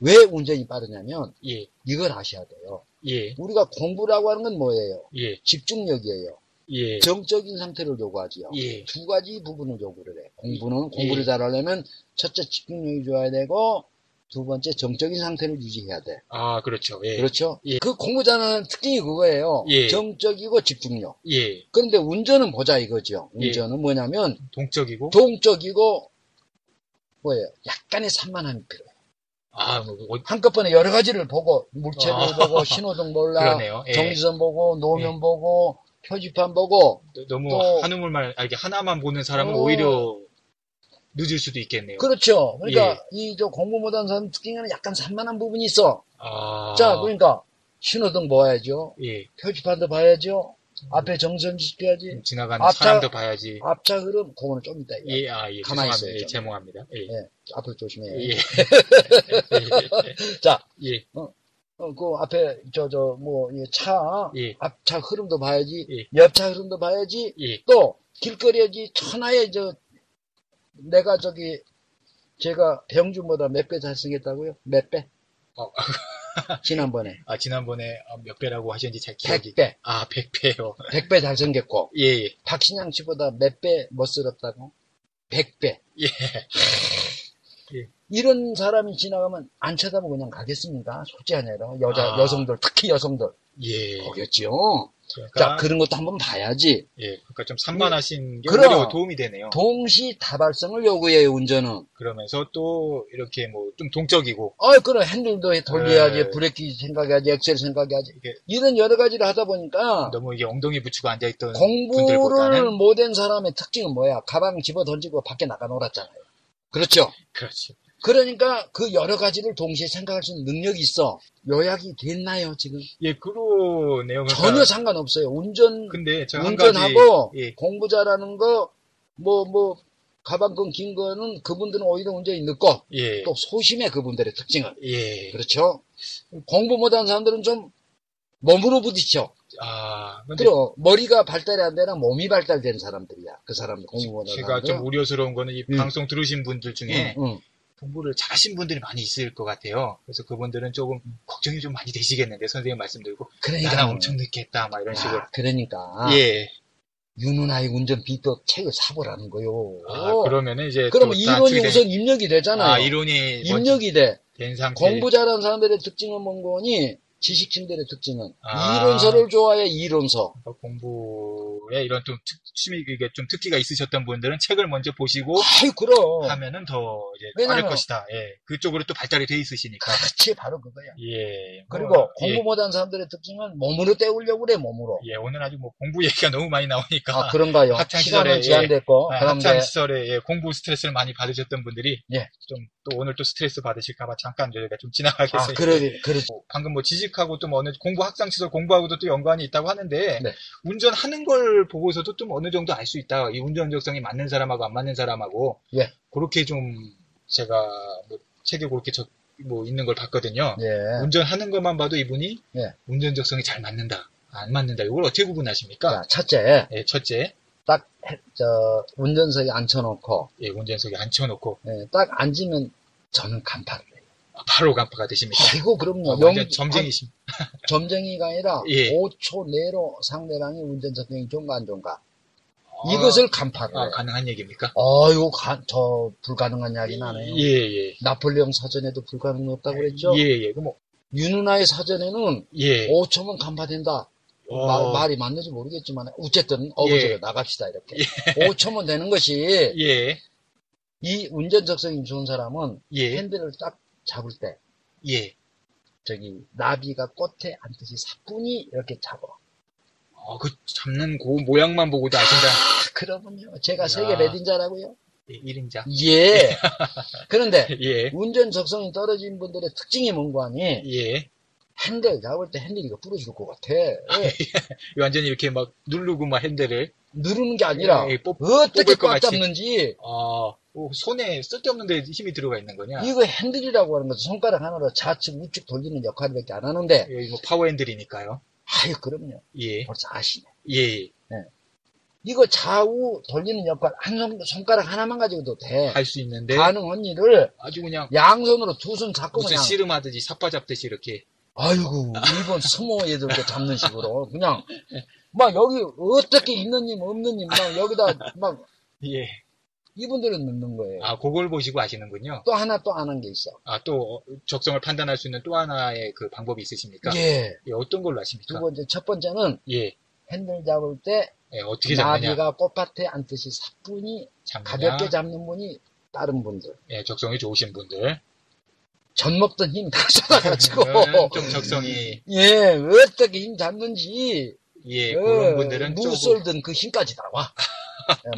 [SPEAKER 2] 왜 운전이 빠르냐면
[SPEAKER 1] 예.
[SPEAKER 2] 이걸 아셔야 돼요.
[SPEAKER 1] 예.
[SPEAKER 2] 우리가 공부라고 하는 건 뭐예요?
[SPEAKER 1] 예.
[SPEAKER 2] 집중력이에요.
[SPEAKER 1] 예.
[SPEAKER 2] 정적인 상태를 요구하지요.
[SPEAKER 1] 예.
[SPEAKER 2] 두 가지 부분을 요구를 해. 공부는
[SPEAKER 1] 예.
[SPEAKER 2] 공부를 잘하려면 첫째 집중력이 좋아야 되고 두 번째 정적인 상태를 유지해야 돼.
[SPEAKER 1] 아, 그렇죠. 예.
[SPEAKER 2] 그렇죠.
[SPEAKER 1] 예.
[SPEAKER 2] 그 공부자는 특징이 그거예요.
[SPEAKER 1] 예.
[SPEAKER 2] 정적이고 집중력.
[SPEAKER 1] 예.
[SPEAKER 2] 그런데 운전은 보자 이거죠.
[SPEAKER 1] 예.
[SPEAKER 2] 운전은 뭐냐면
[SPEAKER 1] 동적이고
[SPEAKER 2] 동적이고 뭐예요? 약간의 산만함이 필요해요.
[SPEAKER 1] 아, 뭐, 뭐,
[SPEAKER 2] 한꺼번에 여러 가지를 보고 물체를
[SPEAKER 1] 아.
[SPEAKER 2] 보고 신호등 몰라
[SPEAKER 1] 그러네요. 예.
[SPEAKER 2] 정지선 보고 노면 보고 표지판 보고
[SPEAKER 1] 너- 너무
[SPEAKER 2] 또-
[SPEAKER 1] 한 우물만 아, 이게 하나만 보는 사람은
[SPEAKER 2] 어.
[SPEAKER 1] 오히려 늦을 수도 있겠네요.
[SPEAKER 2] 그렇죠.
[SPEAKER 1] 예.
[SPEAKER 2] 그러니까 이 저 공부 못한 사람 특징에는 약간 산만한 부분이 있어.
[SPEAKER 1] 아.
[SPEAKER 2] 자 그러니까 신호등 봐야죠.
[SPEAKER 1] 예.
[SPEAKER 2] 표지판도 봐야죠. 앞에 정선 지켜야지.
[SPEAKER 1] 지나가는
[SPEAKER 2] 앞차-
[SPEAKER 1] 사람도 봐야지.
[SPEAKER 2] 앞차 흐름 그거는 좀 이따 얘기할게요.
[SPEAKER 1] 예, 아, 예.
[SPEAKER 2] 가만히
[SPEAKER 1] 죄송합니다.
[SPEAKER 2] 있어요,
[SPEAKER 1] 예,
[SPEAKER 2] 저는.
[SPEAKER 1] 제모합니다. 예.
[SPEAKER 2] 예. 앞으로 조심해요.
[SPEAKER 1] 예.
[SPEAKER 2] 자,
[SPEAKER 1] 예.
[SPEAKER 2] 어, 그 앞에 저 저 뭐 차,
[SPEAKER 1] 예.
[SPEAKER 2] 앞차 흐름도 봐야지,
[SPEAKER 1] 예.
[SPEAKER 2] 옆차 흐름도 봐야지,
[SPEAKER 1] 예.
[SPEAKER 2] 또 길거리에 지 천하에 저 내가 저기 제가 병준보다 몇 배 잘생겼다고요? 몇 배?
[SPEAKER 1] 어.
[SPEAKER 2] 지난번에
[SPEAKER 1] 아, 지난번에 어, 몇 배라고 하셨는지 잘 기억이.
[SPEAKER 2] 100배,
[SPEAKER 1] 아, 100배요.
[SPEAKER 2] 100배 잘생겼고
[SPEAKER 1] 예, 예.
[SPEAKER 2] 박신양 씨보다 몇 배 멋스럽다고? 100배.
[SPEAKER 1] 예. 예.
[SPEAKER 2] 이런 사람이 지나가면 안 쳐다보고 그냥 가겠습니다. 솔직히 아니라 여자
[SPEAKER 1] 아.
[SPEAKER 2] 여성들 특히 여성들
[SPEAKER 1] 예.
[SPEAKER 2] 거겠죠.
[SPEAKER 1] 그러니까,
[SPEAKER 2] 자, 그런 것도 한번 봐야지.
[SPEAKER 1] 예. 그러니까 좀 산만하신 게
[SPEAKER 2] 그럼.
[SPEAKER 1] 오히려 도움이 되네요.
[SPEAKER 2] 동시 다발성을 요구해요, 운전은.
[SPEAKER 1] 그러면서 또 이렇게 뭐 좀 동적이고
[SPEAKER 2] 어, 그럼 핸들도 돌려야지,
[SPEAKER 1] 네.
[SPEAKER 2] 브레이크 생각해야지, 엑셀 생각해야지.
[SPEAKER 1] 이게-
[SPEAKER 2] 이런 여러 가지를 하다 보니까
[SPEAKER 1] 너무 이게 엉덩이 붙이고 앉아 있던
[SPEAKER 2] 공부를
[SPEAKER 1] 네. 분들보다는
[SPEAKER 2] 못한 사람의 특징은 뭐야? 가방 집어 던지고 밖에 나가 놀았잖아요. 그렇죠.
[SPEAKER 1] 그렇지.
[SPEAKER 2] 그러니까 그 여러 가지를 동시에 생각할 수 있는 능력이 있어. 요약이 됐나요, 지금?
[SPEAKER 1] 예, 그러네요. 그러니까
[SPEAKER 2] 전혀 상관없어요. 운전
[SPEAKER 1] 근데 제가 한 가지
[SPEAKER 2] 운전하고
[SPEAKER 1] 예.
[SPEAKER 2] 공부 잘하는 거, 뭐, 뭐, 가방끈 긴 거는 그분들은 오히려 운전이 늦고,
[SPEAKER 1] 예.
[SPEAKER 2] 또 소심해 그분들의 특징은.
[SPEAKER 1] 예.
[SPEAKER 2] 그렇죠? 공부 못하는 사람들은 좀 몸으로 부딪혀.
[SPEAKER 1] 아, 근데
[SPEAKER 2] 그리고 머리가 발달이 안 되나 몸이 발달된 사람들이야. 그 사람들 공부 못하는
[SPEAKER 1] 제가 좀
[SPEAKER 2] 사람들.
[SPEAKER 1] 우려스러운 거는 이
[SPEAKER 2] 음.
[SPEAKER 1] 방송 들으신 분들 중에
[SPEAKER 2] 응, 응.
[SPEAKER 1] 공부를 잘하신 분들이 많이 있을 것 같아요. 그래서 그분들은 조금 걱정이 좀 많이 되시겠는데 선생님 말씀드리고
[SPEAKER 2] 그러니까.
[SPEAKER 1] 나나 엄청 늦게 했다 막 이런 식으로.
[SPEAKER 2] 그러니까.
[SPEAKER 1] 예.
[SPEAKER 2] 유누나의 운전 비법 책을 사보라는 거요.
[SPEAKER 1] 아, 그러면은 이제
[SPEAKER 2] 그러면
[SPEAKER 1] 또
[SPEAKER 2] 이론이
[SPEAKER 1] 단축이 되니-
[SPEAKER 2] 우선 입력이 되잖아요.
[SPEAKER 1] 아, 이론이 네. 먼저
[SPEAKER 2] 입력이 돼.
[SPEAKER 1] 된 상태.
[SPEAKER 2] 공부 잘하는 사람들의 특징은 뭔거니? 지식층들의 특징은
[SPEAKER 1] 아.
[SPEAKER 2] 이론서를 좋아해 이론서.
[SPEAKER 1] 그러니까 공부에 이런 좀 특, 취미 이게 좀 특기가 있으셨던 분들은 책을 먼저 보시고
[SPEAKER 2] 아이 그럼
[SPEAKER 1] 하면은 더 이제
[SPEAKER 2] 어. 왜냐면-
[SPEAKER 1] 빠를 것이다. 예. 그쪽으로 또 발달이 돼 있으시니까.
[SPEAKER 2] 그렇지 바로 그거야.
[SPEAKER 1] 예. 뭐,
[SPEAKER 2] 그리고
[SPEAKER 1] 예,
[SPEAKER 2] 공부 못하는 사람들의 특징은 몸으로 때우려고 그래 몸으로.
[SPEAKER 1] 예, 오늘 아주 뭐 공부 얘기가 너무 많이 나오니까
[SPEAKER 2] 아 그런가요?
[SPEAKER 1] 학창 시절에,
[SPEAKER 2] 시간은 제한됐고
[SPEAKER 1] 아,
[SPEAKER 2] 그런데
[SPEAKER 1] 학창 시절에 예, 공부 스트레스를 많이 받으셨던 분들이
[SPEAKER 2] 예.
[SPEAKER 1] 좀 또 오늘 또 스트레스 받으실까봐 잠깐 저희가 좀 지나가겠어요.
[SPEAKER 2] 아 그래 그렇죠.
[SPEAKER 1] 방금 뭐 지식하고 또 뭐 어느 공부 학창 시절 공부하고도 또 연관이 있다고 하는데
[SPEAKER 2] 네.
[SPEAKER 1] 운전하는 걸 보고서도 좀 어느 정도 알 수 있다. 이 운전 적성이 맞는 사람하고 안 맞는 사람하고
[SPEAKER 2] 예.
[SPEAKER 1] 그렇게 좀 제가 뭐 책에 그렇게 적, 뭐 있는 걸 봤거든요.
[SPEAKER 2] 예.
[SPEAKER 1] 운전하는 것만 봐도 이분이
[SPEAKER 2] 예.
[SPEAKER 1] 운전 적성이 잘 맞는다, 안 맞는다. 이걸 어떻게 구분하십니까?
[SPEAKER 2] 자, 첫째,
[SPEAKER 1] 예, 첫째,
[SPEAKER 2] 저 운전석에 앉혀놓고
[SPEAKER 1] 예, 운전석에 앉혀놓고 아,
[SPEAKER 2] 예, 딱 앉으면 저는 간파를 해요.
[SPEAKER 1] 바로 간파가 되십니까?
[SPEAKER 2] 아이고 그럼요.
[SPEAKER 1] 완전
[SPEAKER 2] 영-
[SPEAKER 1] 점쟁이십.
[SPEAKER 2] 아, 점쟁이가 아니라
[SPEAKER 1] 예.
[SPEAKER 2] 5초 내로 상대방이 운전 적성이 좋은가 안 좋은가
[SPEAKER 1] 아,
[SPEAKER 2] 이것을 간파를
[SPEAKER 1] 아,
[SPEAKER 2] 해요.
[SPEAKER 1] 가능한 얘기입니까?
[SPEAKER 2] 아유 가, 저 불가능한 이야기 나네요.
[SPEAKER 1] 예, 예.
[SPEAKER 2] 나폴레옹 사전에도 불가능이 없다고 그랬죠.
[SPEAKER 1] 예, 예. 그럼 뭐,
[SPEAKER 2] 유누나의 사전에는
[SPEAKER 1] 예.
[SPEAKER 2] 5초면 간파된다.
[SPEAKER 1] 어,
[SPEAKER 2] 마- 말이 맞는지 모르겠지만 어쨌든 어거지로
[SPEAKER 1] 예.
[SPEAKER 2] 나갑시다 이렇게. 5초면 되는 것이
[SPEAKER 1] 예,
[SPEAKER 2] 이 운전 적성이 좋은 사람은
[SPEAKER 1] 예,
[SPEAKER 2] 핸들을 딱 잡을 때
[SPEAKER 1] 예.
[SPEAKER 2] 저기 나비가 꽃에 앉듯이 사뿐히 이렇게 잡아.
[SPEAKER 1] 어, 그 잡는 그 모양만 보고도 아신다.
[SPEAKER 2] 아, 그러면요. 제가 세계
[SPEAKER 1] 야.
[SPEAKER 2] 레딘자라고요?
[SPEAKER 1] 예, 1인자.
[SPEAKER 2] 예. 그런데
[SPEAKER 1] 예,
[SPEAKER 2] 운전 적성이 떨어진 분들의 특징이 뭔고 하니
[SPEAKER 1] 예.
[SPEAKER 2] 핸들 잡을 때 핸들이 부러질 것 같아. 예.
[SPEAKER 1] 예. 완전히 이렇게 막 누르고 막 핸들을.
[SPEAKER 2] 누르는 게 아니라
[SPEAKER 1] 예, 뽑,
[SPEAKER 2] 어떻게
[SPEAKER 1] 뽑을 것
[SPEAKER 2] 꽉
[SPEAKER 1] 같이.
[SPEAKER 2] 잡는지
[SPEAKER 1] 아, 오, 손에 쓸데없는데 힘이 들어가 있는 거냐?
[SPEAKER 2] 이거 핸들이라고 하는 것은 손가락 하나로 좌측 우측 돌리는 역할밖에 안 하는데
[SPEAKER 1] 여기 뭐 파워 핸들이니까요.
[SPEAKER 2] 아유 그럼요.
[SPEAKER 1] 예,
[SPEAKER 2] 벌써 아시네.
[SPEAKER 1] 예.
[SPEAKER 2] 이거 좌우 돌리는 역할 한 손, 손가락 하나만 가지고도 돼.
[SPEAKER 1] 할 수 있는데
[SPEAKER 2] 가능한 일을
[SPEAKER 1] 아주 그냥
[SPEAKER 2] 양손으로 두 손 잡고
[SPEAKER 1] 예. 무슨
[SPEAKER 2] 아. 그냥
[SPEAKER 1] 씨름하듯이 사파 잡듯이 이렇게.
[SPEAKER 2] 아이고, 일본 스모 애들도 잡는 식으로, 그냥, 막 여기, 어떻게 있는 님, 없는 님, 막 여기다, 막,
[SPEAKER 1] 예.
[SPEAKER 2] 이분들은 넣는 거예요.
[SPEAKER 1] 아, 그걸 보시고 아시는군요.
[SPEAKER 2] 또 하나 또 안 한 게 있어.
[SPEAKER 1] 아, 또 어, 적성을 판단할 수 있는 또 하나의 그 방법이 있으십니까?
[SPEAKER 2] 예.
[SPEAKER 1] 예, 어떤 걸로
[SPEAKER 2] 두
[SPEAKER 1] 아십니까?
[SPEAKER 2] 번째, 첫 번째는
[SPEAKER 1] 예.
[SPEAKER 2] 핸들 잡을 때,
[SPEAKER 1] 예, 어떻게 잡느냐?
[SPEAKER 2] 나비가 꽃밭에 앉듯이 사뿐히
[SPEAKER 1] 잡느냐?
[SPEAKER 2] 가볍게 잡는 분이 다른 분들.
[SPEAKER 1] 예, 적성이 좋으신 분들.
[SPEAKER 2] 전 먹던 힘 다 쏟아가지고,
[SPEAKER 1] 음, 좀 적성이
[SPEAKER 2] 예, 어떻게 힘 잡는지,
[SPEAKER 1] 예,
[SPEAKER 2] 예,
[SPEAKER 1] 그런 분들은
[SPEAKER 2] 무
[SPEAKER 1] 조금
[SPEAKER 2] 썰든 그 힘까지 나와.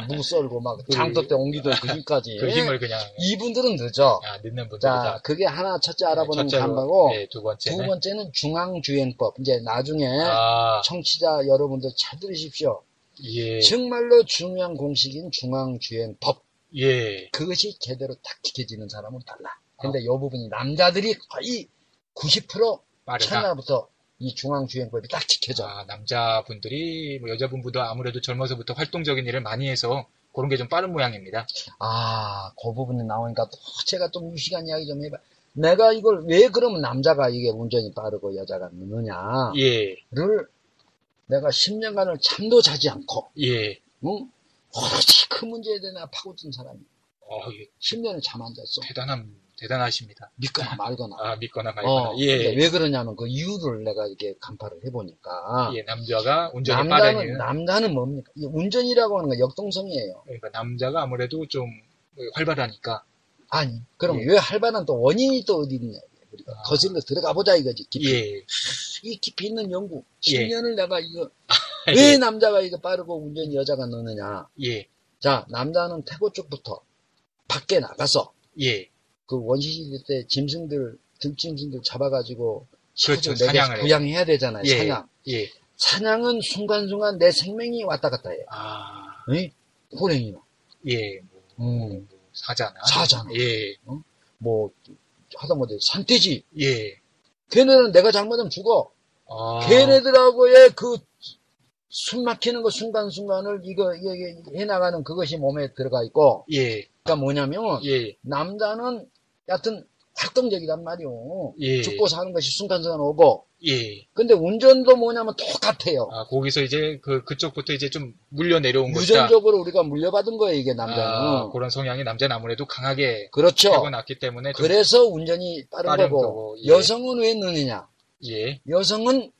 [SPEAKER 2] 예, 무 썰고 막
[SPEAKER 1] 그-
[SPEAKER 2] 장터 때 옮기던 그 힘까지.
[SPEAKER 1] 그 힘을 그냥
[SPEAKER 2] 이분들은 늦어.
[SPEAKER 1] 아, 넣는
[SPEAKER 2] 자,
[SPEAKER 1] 분들이다.
[SPEAKER 2] 그게 하나 첫째 알아보는
[SPEAKER 1] 네, 첫째로,
[SPEAKER 2] 간바고
[SPEAKER 1] 예, 두
[SPEAKER 2] 두
[SPEAKER 1] 번째는
[SPEAKER 2] 번째는 중앙주행법. 이제 나중에
[SPEAKER 1] 아,
[SPEAKER 2] 청취자 여러분들 잘 들으십시오.
[SPEAKER 1] 예.
[SPEAKER 2] 정말로 중요한 공식인 중앙주행법.
[SPEAKER 1] 예.
[SPEAKER 2] 그것이 제대로 딱 지켜지는 사람은 달라. 근데
[SPEAKER 1] 어.
[SPEAKER 2] 요 부분이 남자들이 거의 90%
[SPEAKER 1] 빠르다. 아.
[SPEAKER 2] 첫날부터 이 중앙주행법이 딱 지켜져.
[SPEAKER 1] 자, 남자분들이 뭐 여자분보다 아무래도 젊어서부터 활동적인 일을 많이 해서 그런 게 좀 빠른 모양입니다.
[SPEAKER 2] 아, 그 부분이 나오니까 또 제가 또 무시간 이야기 좀 해봐. 내가 이걸 왜 그러면 남자가 이게 운전이 빠르고 여자가 느느냐.
[SPEAKER 1] 예.
[SPEAKER 2] 를 내가 10년간을 잠도 자지 않고
[SPEAKER 1] 예.
[SPEAKER 2] 응? 오로지 그 문제에 대나 파고든 사람이
[SPEAKER 1] 어, 예.
[SPEAKER 2] 10년을 잠 안 잤어
[SPEAKER 1] 대단함 대단하십니다.
[SPEAKER 2] 믿거나 말거나
[SPEAKER 1] 아, 믿거나 말거나.
[SPEAKER 2] 어, 근데
[SPEAKER 1] 예.
[SPEAKER 2] 왜 그러냐면 그 이유를 내가 이렇게 간파를 해보니까
[SPEAKER 1] 예, 남자가 운전이 빠른
[SPEAKER 2] 남자는,
[SPEAKER 1] 이유는
[SPEAKER 2] 남자는 뭡니까? 이 운전이라고 하는 건 역동성이에요
[SPEAKER 1] 그러니까 남자가 아무래도 좀 활발하니까
[SPEAKER 2] 아니 그럼
[SPEAKER 1] 예.
[SPEAKER 2] 왜 할바는 또 원인이 또 어디 있냐 우리가
[SPEAKER 1] 아.
[SPEAKER 2] 거슬러 들어가 보자 이거지 깊이
[SPEAKER 1] 예.
[SPEAKER 2] 이 깊이 있는 연구
[SPEAKER 1] 예.
[SPEAKER 2] 10년을 내가 이거
[SPEAKER 1] 예.
[SPEAKER 2] 왜 남자가 이거 빠르고 운전이 여자가 느느냐
[SPEAKER 1] 예.
[SPEAKER 2] 자, 남자는 태고 쪽부터 밖에 나가서
[SPEAKER 1] 예.
[SPEAKER 2] 그 원시시대 때 짐승들, 들짐승들 잡아가지고
[SPEAKER 1] 그렇죠.
[SPEAKER 2] 시골로 내려서
[SPEAKER 1] 사냥을 해요.
[SPEAKER 2] 부양해야 되잖아요.
[SPEAKER 1] 예.
[SPEAKER 2] 사냥.
[SPEAKER 1] 예.
[SPEAKER 2] 사냥은 순간순간 내 생명이 왔다 갔다 해요.
[SPEAKER 1] 아,
[SPEAKER 2] 네? 호랭이나,
[SPEAKER 1] 예. 뭐,
[SPEAKER 2] 음,
[SPEAKER 1] 뭐, 사자나.
[SPEAKER 2] 사자나,
[SPEAKER 1] 예.
[SPEAKER 2] 뭐, 하다못해 산돼지.
[SPEAKER 1] 예.
[SPEAKER 2] 걔네는 내가 잘못하면 죽어.
[SPEAKER 1] 아,
[SPEAKER 2] 걔네들하고의 그 숨 막히는 거 순간순간을 이거, 이거, 이거 해나가는 그것이 몸에 들어가 있고.
[SPEAKER 1] 예.
[SPEAKER 2] 그러니까 뭐냐면,
[SPEAKER 1] 예.
[SPEAKER 2] 남자는 여하튼 활동적이란 말이오.
[SPEAKER 1] 예.
[SPEAKER 2] 죽고 사는 것이 순간순간 오고
[SPEAKER 1] 예.
[SPEAKER 2] 근데 운전도 뭐냐면 똑같아요.
[SPEAKER 1] 아, 거기서 이제 그, 그쪽부터 이제 좀 물려 내려온 것이다.
[SPEAKER 2] 유전적으로 우리가 물려받은 거예요, 이게 남자는.
[SPEAKER 1] 아, 그런 성향이 남자는 아무래도 강하게
[SPEAKER 2] 그렇죠.
[SPEAKER 1] 태어났기 때문에 좀-
[SPEAKER 2] 그래서 운전이 빠른,
[SPEAKER 1] 빠른
[SPEAKER 2] 거고,
[SPEAKER 1] 거고, 예.
[SPEAKER 2] 여성은 왜 느느냐?
[SPEAKER 1] 예.
[SPEAKER 2] 여성은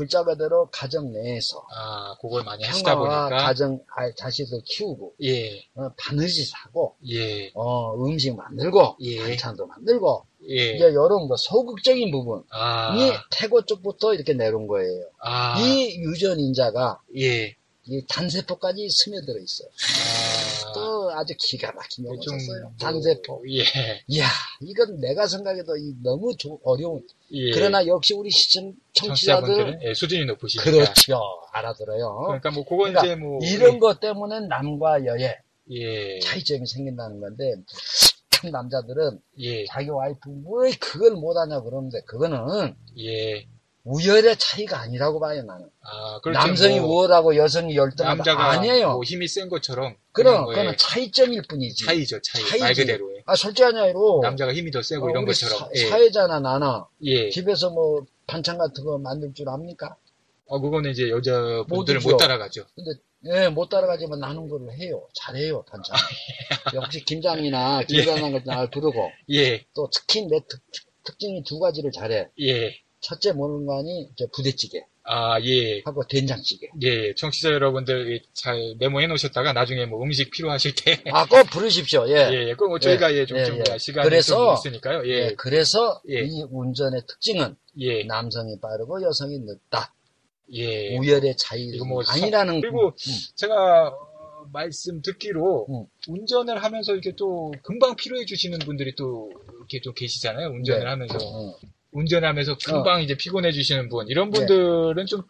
[SPEAKER 2] 글자 그대로 가정 내에서
[SPEAKER 1] 아, 그걸 많이 하시다
[SPEAKER 2] 평화와
[SPEAKER 1] 보니까
[SPEAKER 2] 가정 아, 자식을 키우고
[SPEAKER 1] 예.
[SPEAKER 2] 어, 바느질 사고
[SPEAKER 1] 예.
[SPEAKER 2] 어, 음식 만들고
[SPEAKER 1] 예.
[SPEAKER 2] 반찬도 만들고
[SPEAKER 1] 예.
[SPEAKER 2] 이제 이런 거 소극적인 부분이
[SPEAKER 1] 아.
[SPEAKER 2] 태고 쪽부터 이렇게 내려온 거예요.
[SPEAKER 1] 아.
[SPEAKER 2] 이 유전 인자가
[SPEAKER 1] 예.
[SPEAKER 2] 이 단세포까지 스며들어 있어요.
[SPEAKER 1] 아.
[SPEAKER 2] 또 아주 기가 막힌 경우
[SPEAKER 1] 좀
[SPEAKER 2] 썼어요.
[SPEAKER 1] 뭐-
[SPEAKER 2] 단세포.
[SPEAKER 1] 예.
[SPEAKER 2] 이야, 이건 내가 생각해도 이 너무 조- 어려운.
[SPEAKER 1] 예.
[SPEAKER 2] 그러나 역시 우리 시청 청취자들
[SPEAKER 1] 청취자분들은 예, 수준이 높으시니까.
[SPEAKER 2] 그렇죠 알아들어요.
[SPEAKER 1] 그러니까 뭐 그건
[SPEAKER 2] 그러니까
[SPEAKER 1] 이제 뭐
[SPEAKER 2] 이런 것 때문에 남과 여의
[SPEAKER 1] 예.
[SPEAKER 2] 차이점이 생긴다는 건데 참 남자들은
[SPEAKER 1] 예.
[SPEAKER 2] 자기 와이프 왜 그걸 못하냐 그러는데 그거는
[SPEAKER 1] 예.
[SPEAKER 2] 우열의 차이가 아니라고 봐요 나는.
[SPEAKER 1] 아, 그렇죠.
[SPEAKER 2] 남성이
[SPEAKER 1] 뭐
[SPEAKER 2] 우월하고 여성이 열등하다
[SPEAKER 1] 남자가
[SPEAKER 2] 아니에요.
[SPEAKER 1] 뭐 힘이 센 것처럼
[SPEAKER 2] 그럼
[SPEAKER 1] 거에
[SPEAKER 2] 그거는 차이점일 뿐이지.
[SPEAKER 1] 차이죠, 차이.
[SPEAKER 2] 차이지.
[SPEAKER 1] 말 그대로의.
[SPEAKER 2] 아 솔직한 이야기로
[SPEAKER 1] 남자가 힘이 더 세고
[SPEAKER 2] 어,
[SPEAKER 1] 이런
[SPEAKER 2] 우리
[SPEAKER 1] 것처럼.
[SPEAKER 2] 사,
[SPEAKER 1] 예.
[SPEAKER 2] 회자나 나나
[SPEAKER 1] 예.
[SPEAKER 2] 집에서 뭐 반찬 같은 거 만들 줄 압니까?
[SPEAKER 1] 어, 그거는 이제 여자분들은
[SPEAKER 2] 모두죠.
[SPEAKER 1] 못 따라가죠.
[SPEAKER 2] 예, 못 따라가지만 나는 거를 해요. 잘해요, 반찬.
[SPEAKER 1] 아,
[SPEAKER 2] 역시 김장이나 김장한 걸날 부르고,
[SPEAKER 1] 예.
[SPEAKER 2] 또 특히 내 특,징이두 가지를 잘해.
[SPEAKER 1] 예.
[SPEAKER 2] 첫째 먹는 거 아니, 저 부대찌개
[SPEAKER 1] 아, 예.
[SPEAKER 2] 하고 된장찌개.
[SPEAKER 1] 예, 예. 청취자 여러분들 이잘 메모해 놓으셨다가 나중에 뭐 음식 필요하실 때.
[SPEAKER 2] 아, 꼭 부르십시오, 예.
[SPEAKER 1] 예, 예. 그럼 뭐 저희가 예, 좀,
[SPEAKER 2] 예,
[SPEAKER 1] 좀
[SPEAKER 2] 예.
[SPEAKER 1] 시간이 좀
[SPEAKER 2] 그래서-
[SPEAKER 1] 있으니까요.
[SPEAKER 2] 예,
[SPEAKER 1] 예.
[SPEAKER 2] 그래서
[SPEAKER 1] 예.
[SPEAKER 2] 이 운전의 특징은
[SPEAKER 1] 예.
[SPEAKER 2] 남성이 빠르고 여성이 늦다.
[SPEAKER 1] 예.
[SPEAKER 2] 우열의 차이가
[SPEAKER 1] 이거 뭐 참-
[SPEAKER 2] 아니라는
[SPEAKER 1] 그리고 제가 어, 말씀 듣기로
[SPEAKER 2] 음.
[SPEAKER 1] 운전을 하면서 이렇게 또 금방 피로해 주시는 분들이 또 이렇게 또 계시잖아요. 운전을
[SPEAKER 2] 네.
[SPEAKER 1] 하면서.
[SPEAKER 2] 음,
[SPEAKER 1] 운전하면서 금방 이제 피곤해 주시는 분 이런
[SPEAKER 2] 네.
[SPEAKER 1] 분들은 좀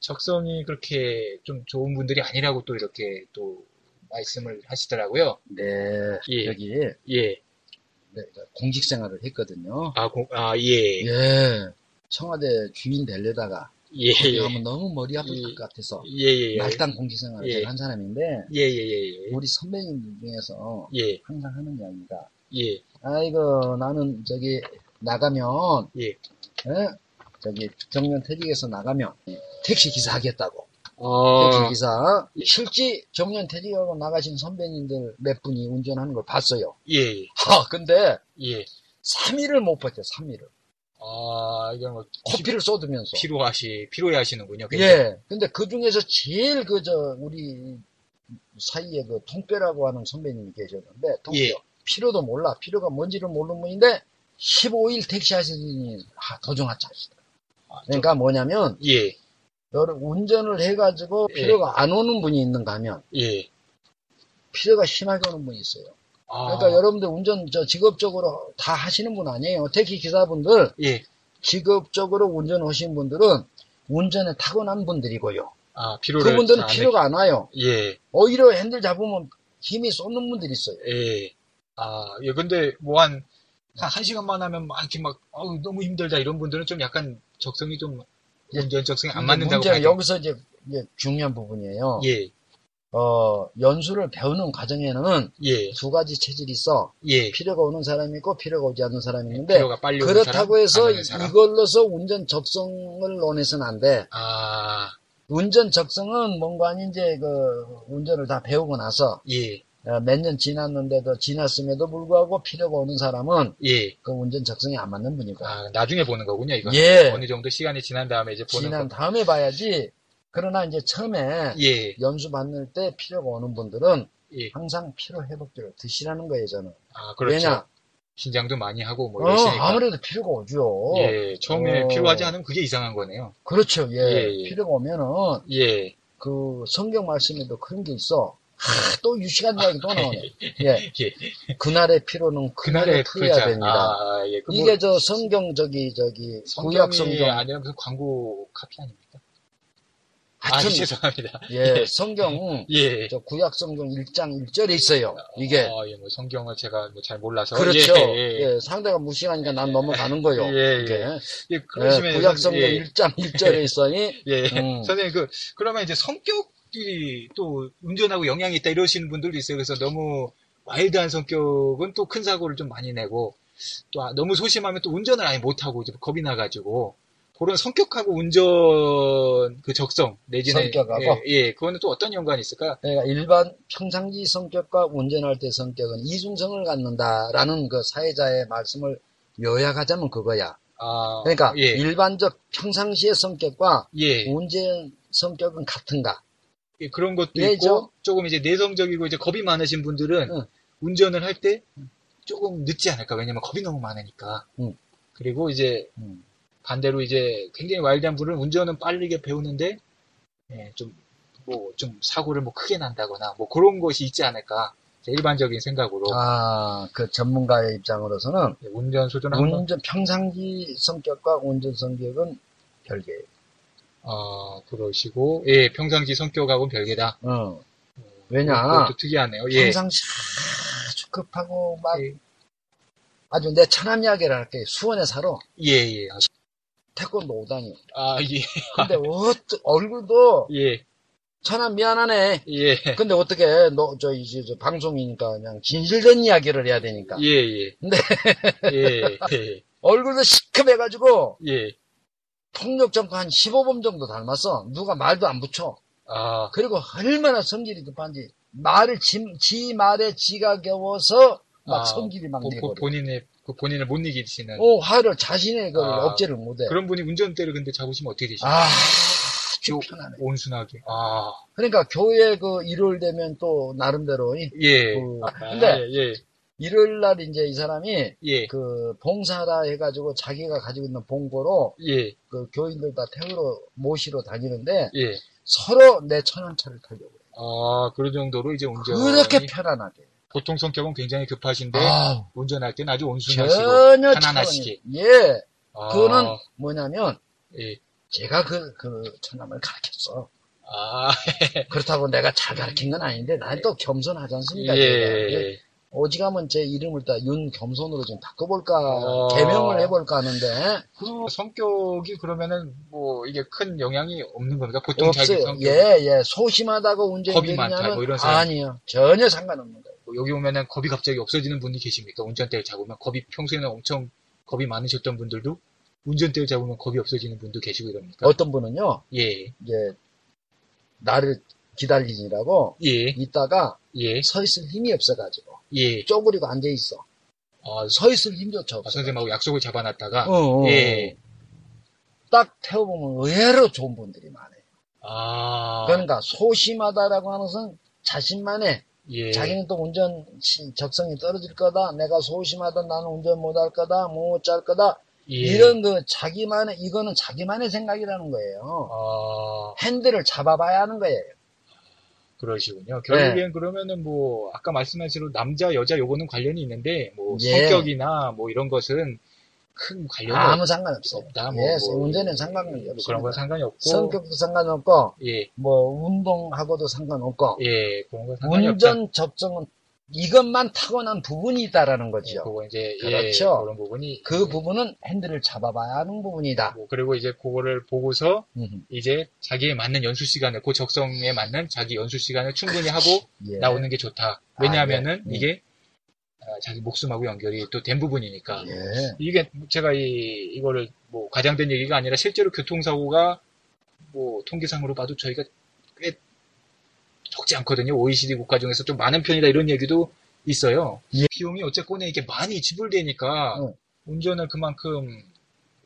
[SPEAKER 1] 적성이 그렇게 좀 좋은 분들이 아니라고 또 이렇게 또 말씀을 하시더라고요.
[SPEAKER 2] 네,
[SPEAKER 1] 예.
[SPEAKER 2] 여기 네,
[SPEAKER 1] 예.
[SPEAKER 2] 공직 생활을 했거든요.
[SPEAKER 1] 아, 공, 아, 예. 예.
[SPEAKER 2] 예, 청와대 주인 되려다가
[SPEAKER 1] 예.
[SPEAKER 2] 그렇게 하면 너무 머리 아플
[SPEAKER 1] 예.
[SPEAKER 2] 것 같아서
[SPEAKER 1] 예, 예, 예.
[SPEAKER 2] 말단 공기생활을
[SPEAKER 1] 예.
[SPEAKER 2] 제가 한 사람인데
[SPEAKER 1] 예, 예, 예,
[SPEAKER 2] 우리 선배님들 중에서
[SPEAKER 1] 예. 예,
[SPEAKER 2] 항상 하는 이야기가
[SPEAKER 1] 예.
[SPEAKER 2] 아이고 나는 저기 나가면
[SPEAKER 1] 예.
[SPEAKER 2] 예? 저기 정년 퇴직해서 나가면 택시 기사 하겠다고 택시
[SPEAKER 1] 어,
[SPEAKER 2] 기사 실제 정년 퇴직하고 나가신 선배님들 몇 분이 운전하는 걸 봤어요.
[SPEAKER 1] 예, 예.
[SPEAKER 2] 하 근데
[SPEAKER 1] 예.
[SPEAKER 2] 3일을 못 버텨 3일을
[SPEAKER 1] 아, 이건 뭐,
[SPEAKER 2] 커피를 쏟으면서
[SPEAKER 1] 피로하시, 피로해 하시는군요. 굉장히.
[SPEAKER 2] 그렇죠. 예. 근데 그 중에서 제일 그 저 우리 사이에 그 통뼈라고 하는 선배님이 계셨는데 통뼈
[SPEAKER 1] 예.
[SPEAKER 2] 피로도 몰라 피로가 뭔지를 모르는 분인데 15일 택시 하시더니 아, 도중하차시다.
[SPEAKER 1] 아,
[SPEAKER 2] 그러니까 뭐냐면
[SPEAKER 1] 예,
[SPEAKER 2] 너를 운전을 해가지고
[SPEAKER 1] 예.
[SPEAKER 2] 피로가 안 오는 분이 있는가 하면
[SPEAKER 1] 예.
[SPEAKER 2] 피로가 심하게 오는 분이 있어요.
[SPEAKER 1] 아,
[SPEAKER 2] 그러니까 여러분들 운전 저 직업적으로 다 하시는 분 아니에요. 택시 기사분들
[SPEAKER 1] 예.
[SPEAKER 2] 직업적으로 운전 오신 분들은 운전에 타고난 분들이고요.
[SPEAKER 1] 아, 피로를.
[SPEAKER 2] 그분들은
[SPEAKER 1] 안
[SPEAKER 2] 피로가 안 와요.
[SPEAKER 1] 느- 예.
[SPEAKER 2] 오히려 핸들 잡으면 힘이 쏟는 분들이 있어요.
[SPEAKER 1] 예. 아, 예, 근데 뭐 한, 한, 한 시간만 하면 막 이렇게 막, 어우, 너무 힘들다 이런 분들은 좀 약간 적성이 좀, 운전 적성이 안 맞는다고 예.
[SPEAKER 2] 문제는
[SPEAKER 1] 봐야
[SPEAKER 2] 여기서 이제, 이제 중요한 부분이에요.
[SPEAKER 1] 돼.
[SPEAKER 2] 어, 연수를 배우는 과정에는
[SPEAKER 1] 예, 예,
[SPEAKER 2] 두 가지 체질이 있어.
[SPEAKER 1] 예.
[SPEAKER 2] 필요가 오는 사람이 있고 필요가 오지 않는 사람이 있는데
[SPEAKER 1] 필요가 빨리 오는 예, 사람,
[SPEAKER 2] 그렇다고 해서
[SPEAKER 1] 안 오는 사람.
[SPEAKER 2] 이걸로서 운전 적성을 논해서는 안 돼.
[SPEAKER 1] 아,
[SPEAKER 2] 운전 적성은 뭔가 아닌 이제 그 운전을 다 배우고 나서 어,
[SPEAKER 1] 예,
[SPEAKER 2] 몇 년 지났는데도 지났음에도 불구하고 필요가 오는 사람은
[SPEAKER 1] 예.
[SPEAKER 2] 그 운전 적성이 안 맞는 분이고.
[SPEAKER 1] 아, 나중에 보는 거군요, 이거.
[SPEAKER 2] 예.
[SPEAKER 1] 어느 정도 시간이 지난 다음에 이제 보는
[SPEAKER 2] 지난
[SPEAKER 1] 거.
[SPEAKER 2] 다음에 봐야지. 그러나 이제 처음에
[SPEAKER 1] 예,
[SPEAKER 2] 연수 받을 때 필요가 오는 분들은
[SPEAKER 1] 예.
[SPEAKER 2] 항상 피로 회복제를 드시라는 거예요, 저는.
[SPEAKER 1] 아, 그렇죠.
[SPEAKER 2] 왜냐?
[SPEAKER 1] 긴장도 많이 하고 뭐
[SPEAKER 2] 어,
[SPEAKER 1] 이러시니까.
[SPEAKER 2] 아무래도 필요가 오죠.
[SPEAKER 1] 예, 처음에
[SPEAKER 2] 어.
[SPEAKER 1] 필요하지 않으면 그게 이상한 거네요.
[SPEAKER 2] 그렇죠, 예.
[SPEAKER 1] 예, 예.
[SPEAKER 2] 필요가 오면은
[SPEAKER 1] 예,
[SPEAKER 2] 그 성경 말씀에도 그런 게 있어. 하, 또 유시간
[SPEAKER 1] 아,
[SPEAKER 2] 이야기 또 나오네. 예. 그날의 피로는 그날에
[SPEAKER 1] 그날에
[SPEAKER 2] 풀어야
[SPEAKER 1] 그렇지 않-
[SPEAKER 2] 됩니다.
[SPEAKER 1] 아, 예, 그 뭐,
[SPEAKER 2] 이게 저 성경 저기 저기 구약
[SPEAKER 1] 성경이
[SPEAKER 2] 성경
[SPEAKER 1] 아니라 무슨 광고 카피 아닙니까? 아,
[SPEAKER 2] 하여튼
[SPEAKER 1] 죄송합니다.
[SPEAKER 2] 예, 성경
[SPEAKER 1] 예.
[SPEAKER 2] 저 구약 성경 1장 1절에 있어요. 이게
[SPEAKER 1] 아, 예, 뭐 성경을 제가 뭐잘 몰라서
[SPEAKER 2] 그렇죠.
[SPEAKER 1] 예, 예.
[SPEAKER 2] 예, 상대가 무시하니까 난 넘어가는 거요.
[SPEAKER 1] 예, 예.
[SPEAKER 2] 이게.
[SPEAKER 1] 예,
[SPEAKER 2] 예,
[SPEAKER 1] 그런 식의
[SPEAKER 2] 구약성경
[SPEAKER 1] 예,
[SPEAKER 2] 1장 1절에 있으니
[SPEAKER 1] 예.
[SPEAKER 2] 음.
[SPEAKER 1] 선생님 그 그러면 이제 성격이 또 운전하고 영향이 있다 이러시는 분들도 있어요. 그래서 너무 와일드한 성격은 또 큰 사고를 좀 많이 내고 또 아, 너무 소심하면 또 운전을 아예 못 하고 이제 겁이 나 가지고 그런 성격하고 운전 그 적성 내지는
[SPEAKER 2] 성격하고?
[SPEAKER 1] 예, 예, 그거는 또 어떤 연관이 있을까?
[SPEAKER 2] 그러니까 일반 평상시 성격과 운전할 때 성격은 이중성을 갖는다라는 그 사회자의 말씀을 요약하자면 그거야.
[SPEAKER 1] 아,
[SPEAKER 2] 그러니까
[SPEAKER 1] 예,
[SPEAKER 2] 일반적 평상시의 성격과
[SPEAKER 1] 예,
[SPEAKER 2] 운전 성격은 같은가?
[SPEAKER 1] 예, 그런 것도
[SPEAKER 2] 예,
[SPEAKER 1] 있고
[SPEAKER 2] 저-
[SPEAKER 1] 조금 이제 내성적이고 이제 겁이 많으신 분들은
[SPEAKER 2] 응.
[SPEAKER 1] 운전을 할 때 조금 늦지 않을까? 왜냐면 겁이 너무 많으니까.
[SPEAKER 2] 응.
[SPEAKER 1] 그리고 이제
[SPEAKER 2] 음.
[SPEAKER 1] 반대로 이제 굉장히 와일드한 분은 운전은 빠르게 배우는데 예, 좀 뭐, 좀 사고를 뭐 크게 난다거나 뭐 그런 것이 있지 않을까? 제 일반적인 생각으로
[SPEAKER 2] 아, 그 전문가의 입장으로서는
[SPEAKER 1] 예, 운전 수준 한번
[SPEAKER 2] 운전 평상시 성격과 운전 성격은 별개예요.
[SPEAKER 1] 어, 그러시고, 예, 평상시 성격하고는 별개다.
[SPEAKER 2] 어.
[SPEAKER 1] 그것도
[SPEAKER 2] 왜냐
[SPEAKER 1] 특이하네요. 예.
[SPEAKER 2] 평상시 아주 급하고 막
[SPEAKER 1] 예.
[SPEAKER 2] 아주 내 천함 이야기랄게 수원에 살아
[SPEAKER 1] 예, 예.
[SPEAKER 2] 태권도 5단이요.
[SPEAKER 1] 아, 예,
[SPEAKER 2] 근데 어 얼굴도
[SPEAKER 1] 예,
[SPEAKER 2] 천함 미안하네.
[SPEAKER 1] 예,
[SPEAKER 2] 근데 어떻게 너저 이제 저 방송이니까 그냥 진실된 이야기를 해야 되니까
[SPEAKER 1] 예, 예.
[SPEAKER 2] 네.
[SPEAKER 1] 예, 예,
[SPEAKER 2] 얼굴도 시큼해가지고
[SPEAKER 1] 예.
[SPEAKER 2] 폭력 전과 한 15범 정도 닮았어. 누가 말도 안 붙여.
[SPEAKER 1] 아,
[SPEAKER 2] 그리고 얼마나 성질이 급한지 말을 지, 지 말에 지가 겨워서 막
[SPEAKER 1] 아,
[SPEAKER 2] 성질이 막
[SPEAKER 1] 보- 보-
[SPEAKER 2] 내고.
[SPEAKER 1] 본인의, 그 본인을 못 이기시는.
[SPEAKER 2] 오 화를 자신의 그
[SPEAKER 1] 아,
[SPEAKER 2] 억제를 못해.
[SPEAKER 1] 그런 분이 운전대를 근데 잡으시면 어떻게 되시나요?
[SPEAKER 2] 아
[SPEAKER 1] 요-
[SPEAKER 2] 편하네.
[SPEAKER 1] 온순하게. 아,
[SPEAKER 2] 그러니까 교회 그 일요일 되면 또 나름대로 이-
[SPEAKER 1] 예.
[SPEAKER 2] 그-
[SPEAKER 1] 아,
[SPEAKER 2] 근데-
[SPEAKER 1] 예,
[SPEAKER 2] 일요일 날 이제 이 사람이
[SPEAKER 1] 예,
[SPEAKER 2] 그 봉사라 해가지고 자기가 가지고 있는 봉고로
[SPEAKER 1] 예,
[SPEAKER 2] 그 교인들 다 태우러 모시러 다니는데
[SPEAKER 1] 예.
[SPEAKER 2] 서로 내 천연차를 타려고 해요.
[SPEAKER 1] 아, 그런 정도로 이제 운전.
[SPEAKER 2] 그렇게 편안하게
[SPEAKER 1] 보통 성격은 굉장히 급하신데,
[SPEAKER 2] 아우,
[SPEAKER 1] 운전할 때는 아주 온순하시고.
[SPEAKER 2] 전혀
[SPEAKER 1] 편안하시게.
[SPEAKER 2] 차원이- 예
[SPEAKER 1] 아,
[SPEAKER 2] 그거는 뭐냐면
[SPEAKER 1] 예.
[SPEAKER 2] 제가 그, 그 천남을 가르쳤어
[SPEAKER 1] 아,
[SPEAKER 2] 그렇다고 내가 잘 가르친 건 아닌데 난 또 겸손하지 않습니까 제가. 예.
[SPEAKER 1] 예.
[SPEAKER 2] 오지가면 제 이름을 다 윤겸손으로 좀 바꿔볼까
[SPEAKER 1] 어.
[SPEAKER 2] 개명을 해볼까 하는데
[SPEAKER 1] 그 성격이 그러면은 뭐 이게 큰 영향이 없는 겁니까? 보통 자기
[SPEAKER 2] 없어요.
[SPEAKER 1] 성격
[SPEAKER 2] 예, 예. 소심하다고
[SPEAKER 1] 겁이
[SPEAKER 2] 운전이
[SPEAKER 1] 그 많다, 뭐 이런
[SPEAKER 2] 되냐면
[SPEAKER 1] 사람.
[SPEAKER 2] 아니요. 전혀 상관없는 거예요.
[SPEAKER 1] 뭐 여기 오면은 겁이 갑자기 없어지는 분이 계십니까? 운전대를 잡으면 겁이 평소에는 엄청 겁이 많으셨던 분들도 운전대를 잡으면 겁이 없어지는 분도 계시고 이럽니까?
[SPEAKER 2] 어떤 분은요.
[SPEAKER 1] 예,
[SPEAKER 2] 이제 나를 기다리느라고
[SPEAKER 1] 예,
[SPEAKER 2] 있다가
[SPEAKER 1] 예,
[SPEAKER 2] 서 있을 힘이 없어가지고
[SPEAKER 1] 예.
[SPEAKER 2] 쪼그리고 앉아 있어.
[SPEAKER 1] 아,
[SPEAKER 2] 서 있을 힘조차
[SPEAKER 1] 아,
[SPEAKER 2] 없어.
[SPEAKER 1] 선생님하고 약속을 잡아놨다가
[SPEAKER 2] 어, 어.
[SPEAKER 1] 예,
[SPEAKER 2] 딱 태워보면 의외로 좋은 분들이 많아요.
[SPEAKER 1] 아,
[SPEAKER 2] 그러니까 소심하다라고 하는 것은 자신만의
[SPEAKER 1] 예,
[SPEAKER 2] 자기는 또 운전 시- 적성이 떨어질 거다. 내가 소심하다. 나는 운전 못할 거다. 못 잘 거다.
[SPEAKER 1] 예.
[SPEAKER 2] 이런 그 자기만의 이거는 자기만의 생각이라는 거예요.
[SPEAKER 1] 아,
[SPEAKER 2] 핸들을 잡아봐야 하는 거예요.
[SPEAKER 1] 그러시군요.
[SPEAKER 2] 네.
[SPEAKER 1] 결국엔 그러면은 뭐 아까 말씀하신 대로 남자 여자 요거는 관련이 있는데 뭐
[SPEAKER 2] 예.
[SPEAKER 1] 성격이나 뭐 이런 것은 큰 관련이
[SPEAKER 2] 아무 상관없어.
[SPEAKER 1] 없다. 뭐,
[SPEAKER 2] 예,
[SPEAKER 1] 뭐,
[SPEAKER 2] 운전에 상관이
[SPEAKER 1] 뭐
[SPEAKER 2] 없어.
[SPEAKER 1] 그런 건 상관이 없고
[SPEAKER 2] 성격도 상관없고,
[SPEAKER 1] 예,
[SPEAKER 2] 뭐 운동하고도 상관없고,
[SPEAKER 1] 예, 그런 건 상관이 없다.
[SPEAKER 2] 운전 접종은 이것만 타고난 부분이 있다라는
[SPEAKER 1] 예,
[SPEAKER 2] 거죠.
[SPEAKER 1] 그거 이제 예,
[SPEAKER 2] 그렇죠.
[SPEAKER 1] 그런 부분이
[SPEAKER 2] 그 부분은 핸들을 잡아봐야 하는 부분이다.
[SPEAKER 1] 뭐 그리고 이제 그거를 보고서
[SPEAKER 2] 음,
[SPEAKER 1] 이제 자기에 맞는 연수 시간을 그 적성에 맞는 자기 연수 시간을 충분히 하고
[SPEAKER 2] 예.
[SPEAKER 1] 나오는 게 좋다.
[SPEAKER 2] 아,
[SPEAKER 1] 왜냐하면은
[SPEAKER 2] 예.
[SPEAKER 1] 이게 아, 자기 목숨하고 연결이 또 된 부분이니까.
[SPEAKER 2] 예.
[SPEAKER 1] 이게 제가 이 이거를 뭐 과장된 얘기가 아니라 실제로 교통사고가 뭐 통계상으로 봐도 저희가 꽤 적지 않거든요. OECD 국가 중에서 좀 많은 편이다 이런 얘기도 있어요.
[SPEAKER 2] 예.
[SPEAKER 1] 비용이 어쨌거나 이게 많이 지불되니까
[SPEAKER 2] 응.
[SPEAKER 1] 운전을 그만큼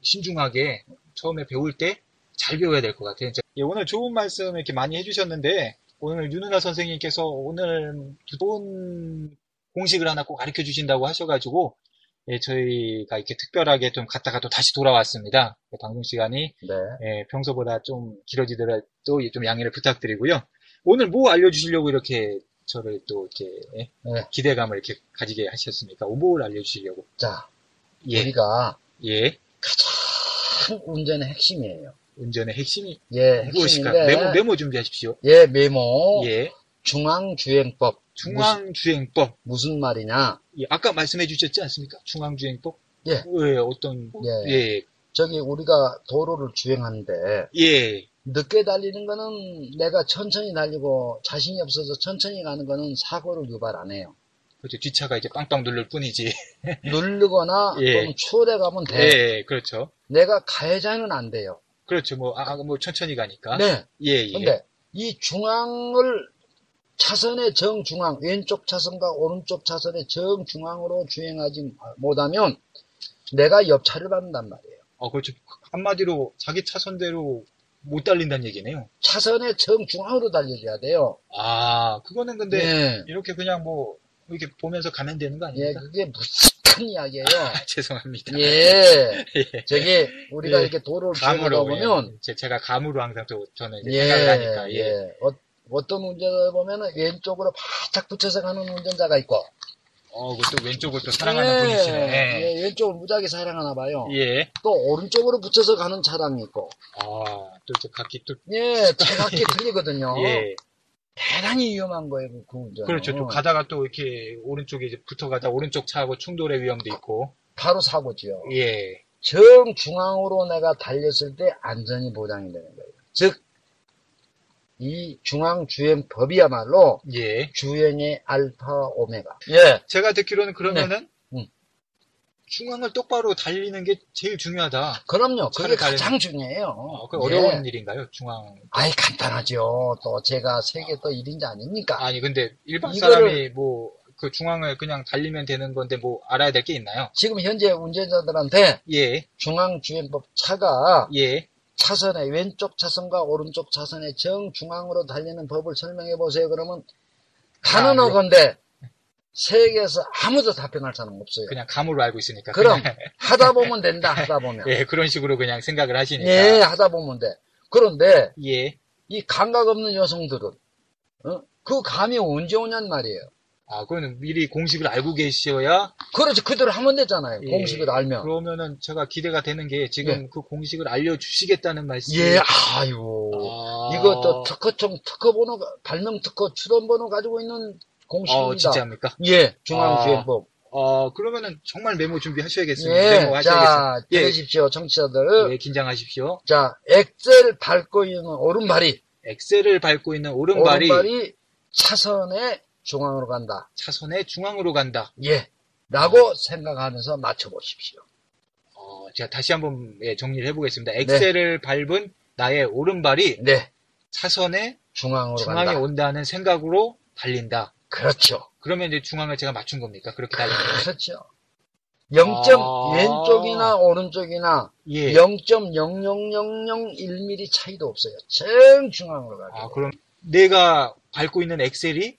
[SPEAKER 1] 신중하게 처음에 배울 때 잘 배워야 될 것 같아요. 이제 예, 오늘 좋은 말씀 이렇게 많이 해주셨는데 오늘 윤은하 선생님께서 오늘 좋은 공식을 하나 꼭 가르쳐 주신다고 하셔가지고 예, 저희가 이렇게 특별하게 좀 갔다가 또 다시 돌아왔습니다. 예, 방송 시간이
[SPEAKER 2] 네.
[SPEAKER 1] 예, 평소보다 좀 길어지더라도 예, 좀 양해를 부탁드리고요. 오늘 뭐 알려주시려고 이렇게 저를 또 이렇게 예,
[SPEAKER 2] 네.
[SPEAKER 1] 기대감을 이렇게 가지게 하셨습니까? 뭐 뭘 알려주시려고?
[SPEAKER 2] 자,
[SPEAKER 1] 예,
[SPEAKER 2] 우리가
[SPEAKER 1] 예,
[SPEAKER 2] 큰 운전의 핵심이에요.
[SPEAKER 1] 운전의 핵심이
[SPEAKER 2] 예,
[SPEAKER 1] 무엇일까?
[SPEAKER 2] 핵심인데.
[SPEAKER 1] 메모, 메모 준비하십시오.
[SPEAKER 2] 예, 메모.
[SPEAKER 1] 예,
[SPEAKER 2] 중앙주행법.
[SPEAKER 1] 중앙주행법.
[SPEAKER 2] 무슨 말이냐?
[SPEAKER 1] 예, 아까 말씀해 주셨지 않습니까? 중앙주행법?
[SPEAKER 2] 예.
[SPEAKER 1] 예, 어떤,
[SPEAKER 2] 예. 저기 우리가 도로를 주행하는데
[SPEAKER 1] 예, 예,
[SPEAKER 2] 늦게 달리는 거는 내가 천천히 달리고 자신이 없어서 천천히 가는 거는 사고를 유발 안 해요.
[SPEAKER 1] 그렇죠. 뒤차가 이제 빵빵 누를 뿐이지.
[SPEAKER 2] 누르거나
[SPEAKER 1] 예.
[SPEAKER 2] 또는 초대가면 돼.
[SPEAKER 1] 예, 그렇죠.
[SPEAKER 2] 내가 가해자는 안 돼요.
[SPEAKER 1] 그렇죠. 뭐, 아, 뭐, 천천히 가니까.
[SPEAKER 2] 네.
[SPEAKER 1] 예, 예.
[SPEAKER 2] 근데 이 중앙을 차선의 정중앙, 왼쪽 차선과 오른쪽 차선의 정중앙으로 주행하지 못하면 내가 옆차를 받는단 말이에요.
[SPEAKER 1] 어, 그렇죠. 한마디로 자기 차선대로 못 달린다는 얘기네요.
[SPEAKER 2] 차선의 정중앙으로 달려줘야 돼요.
[SPEAKER 1] 아, 그거는 근데
[SPEAKER 2] 네.
[SPEAKER 1] 이렇게 그냥 뭐, 이렇게 보면서 가면 되는 거
[SPEAKER 2] 예,
[SPEAKER 1] 아닙니까?
[SPEAKER 2] 그게 무식한 이야기예요.
[SPEAKER 1] 아, 죄송합니다.
[SPEAKER 2] 예. 저게 우리가
[SPEAKER 1] 예.
[SPEAKER 2] 이렇게 도로를 주행하다
[SPEAKER 1] 감으로
[SPEAKER 2] 보면
[SPEAKER 1] 예. 제, 제가 감으로 항상 또 저는 이제
[SPEAKER 2] 예,
[SPEAKER 1] 생각을 하니까 예.
[SPEAKER 2] 예. 어, 어떤 운전을 보면은 왼쪽으로 바짝 붙여서 가는 운전자가 있고
[SPEAKER 1] 어, 그것도 왼쪽을 또 사랑하는 분이시네.
[SPEAKER 2] 예, 왼쪽을 무지하게 사랑하나 봐요.
[SPEAKER 1] 예. 예.
[SPEAKER 2] 또 오른쪽으로 붙여서 가는 차량이 있고
[SPEAKER 1] 아, 또 이제 각기 또
[SPEAKER 2] 예, 차각기 틀리거든요.
[SPEAKER 1] 예.
[SPEAKER 2] 대단히 위험한 거예요, 그 운전.
[SPEAKER 1] 그렇죠. 또 가다가 또 이렇게 오른쪽에 이제 붙어가다 오른쪽 차하고 충돌의 위험도 있고.
[SPEAKER 2] 바로 사고지요.
[SPEAKER 1] 예.
[SPEAKER 2] 정중앙으로 내가 달렸을 때 안전이 보장이 되는 거예요. 즉, 이 중앙주행법이야말로
[SPEAKER 1] 예.
[SPEAKER 2] 주행의 알파 오메가. 예.
[SPEAKER 1] 제가 듣기로는 그러면은
[SPEAKER 2] 네. 음.
[SPEAKER 1] 중앙을 똑바로 달리는 게 제일 중요하다.
[SPEAKER 2] 그럼요.
[SPEAKER 1] 차를
[SPEAKER 2] 그게
[SPEAKER 1] 가리는-
[SPEAKER 2] 가장 중요해요.
[SPEAKER 1] 어, 그 어려운
[SPEAKER 2] 예.
[SPEAKER 1] 일인가요? 중앙.
[SPEAKER 2] 아이, 간단하죠. 또 제가 세계 또 1인자 아닙니까?
[SPEAKER 1] 아니 근데 일반
[SPEAKER 2] 이거를-
[SPEAKER 1] 사람이 뭐 그 중앙을 그냥 달리면 되는 건데 뭐 알아야 될 게 있나요?
[SPEAKER 2] 지금 현재 운전자들한테
[SPEAKER 1] 예.
[SPEAKER 2] 중앙주행법 차가
[SPEAKER 1] 예.
[SPEAKER 2] 차선의 왼쪽 차선과 오른쪽 차선의 정중앙으로 달리는 법을 설명해 보세요. 그러면 가는
[SPEAKER 1] 아,
[SPEAKER 2] 어건데 세계에서 아무도 답변할 사람 없어요.
[SPEAKER 1] 그냥 감으로 알고 있으니까.
[SPEAKER 2] 그럼
[SPEAKER 1] 그러니까 그냥-
[SPEAKER 2] 하다 보면 된다. 하다 보면
[SPEAKER 1] 예, 그런 식으로 그냥 생각을 하시니까.
[SPEAKER 2] 예 하다 보면 돼. 그런데
[SPEAKER 1] 예.
[SPEAKER 2] 이 감각 없는 여성들은 어? 그 감이 언제 오냔 말이에요.
[SPEAKER 1] 아, 그거는 미리 공식을 알고 계셔야
[SPEAKER 2] 그렇지 그대로 하면 되잖아요.
[SPEAKER 1] 예,
[SPEAKER 2] 공식을 알면
[SPEAKER 1] 그러면은 제가 기대가 되는 게 지금 그 공식을 알려주시겠다는 말씀.
[SPEAKER 2] 네. 예 아유
[SPEAKER 1] 아...
[SPEAKER 2] 이것도 특허청 특허 번호 발명 특허 출원 번호 가지고 있는
[SPEAKER 1] 어,
[SPEAKER 2] 공식입니다.
[SPEAKER 1] 진짜입니까?
[SPEAKER 2] 예 중앙주행법
[SPEAKER 1] 어, 그러면은 정말 메모 준비하셔야겠습니다. 메모
[SPEAKER 2] 예,
[SPEAKER 1] 하셔야겠습니다.
[SPEAKER 2] 자,
[SPEAKER 1] 네, 예.
[SPEAKER 2] 들으십시오, 청취자들.
[SPEAKER 1] 예, 긴장하십시오.
[SPEAKER 2] 자, 엑셀 밟고 있는 오른발이,
[SPEAKER 1] 엑셀을 밟고 있는 오른발이,
[SPEAKER 2] 오른발이 차선의 중앙으로 간다.
[SPEAKER 1] 차선의 중앙으로 간다.
[SPEAKER 2] 예. 라고 생각하면서 맞춰보십시오.
[SPEAKER 1] 어, 제가 다시 한번 예, 정리를 해보겠습니다. 엑셀을 밟은 나의 오른발이
[SPEAKER 2] 네.
[SPEAKER 1] 차선의
[SPEAKER 2] 중앙으로
[SPEAKER 1] 중앙에
[SPEAKER 2] 간다.
[SPEAKER 1] 온다는 생각으로 달린다.
[SPEAKER 2] 그렇죠.
[SPEAKER 1] 그러면 이제 중앙을 제가 맞춘 겁니까? 그렇게 달리는 거예요?
[SPEAKER 2] 그렇죠. 0점,
[SPEAKER 1] 아.
[SPEAKER 2] 왼쪽이나 오른쪽이나
[SPEAKER 1] 예.
[SPEAKER 2] 0.00001mm 차이도 없어요. 제일 중앙으로 가게.
[SPEAKER 1] 아, 그럼 내가 밟고 있는 엑셀이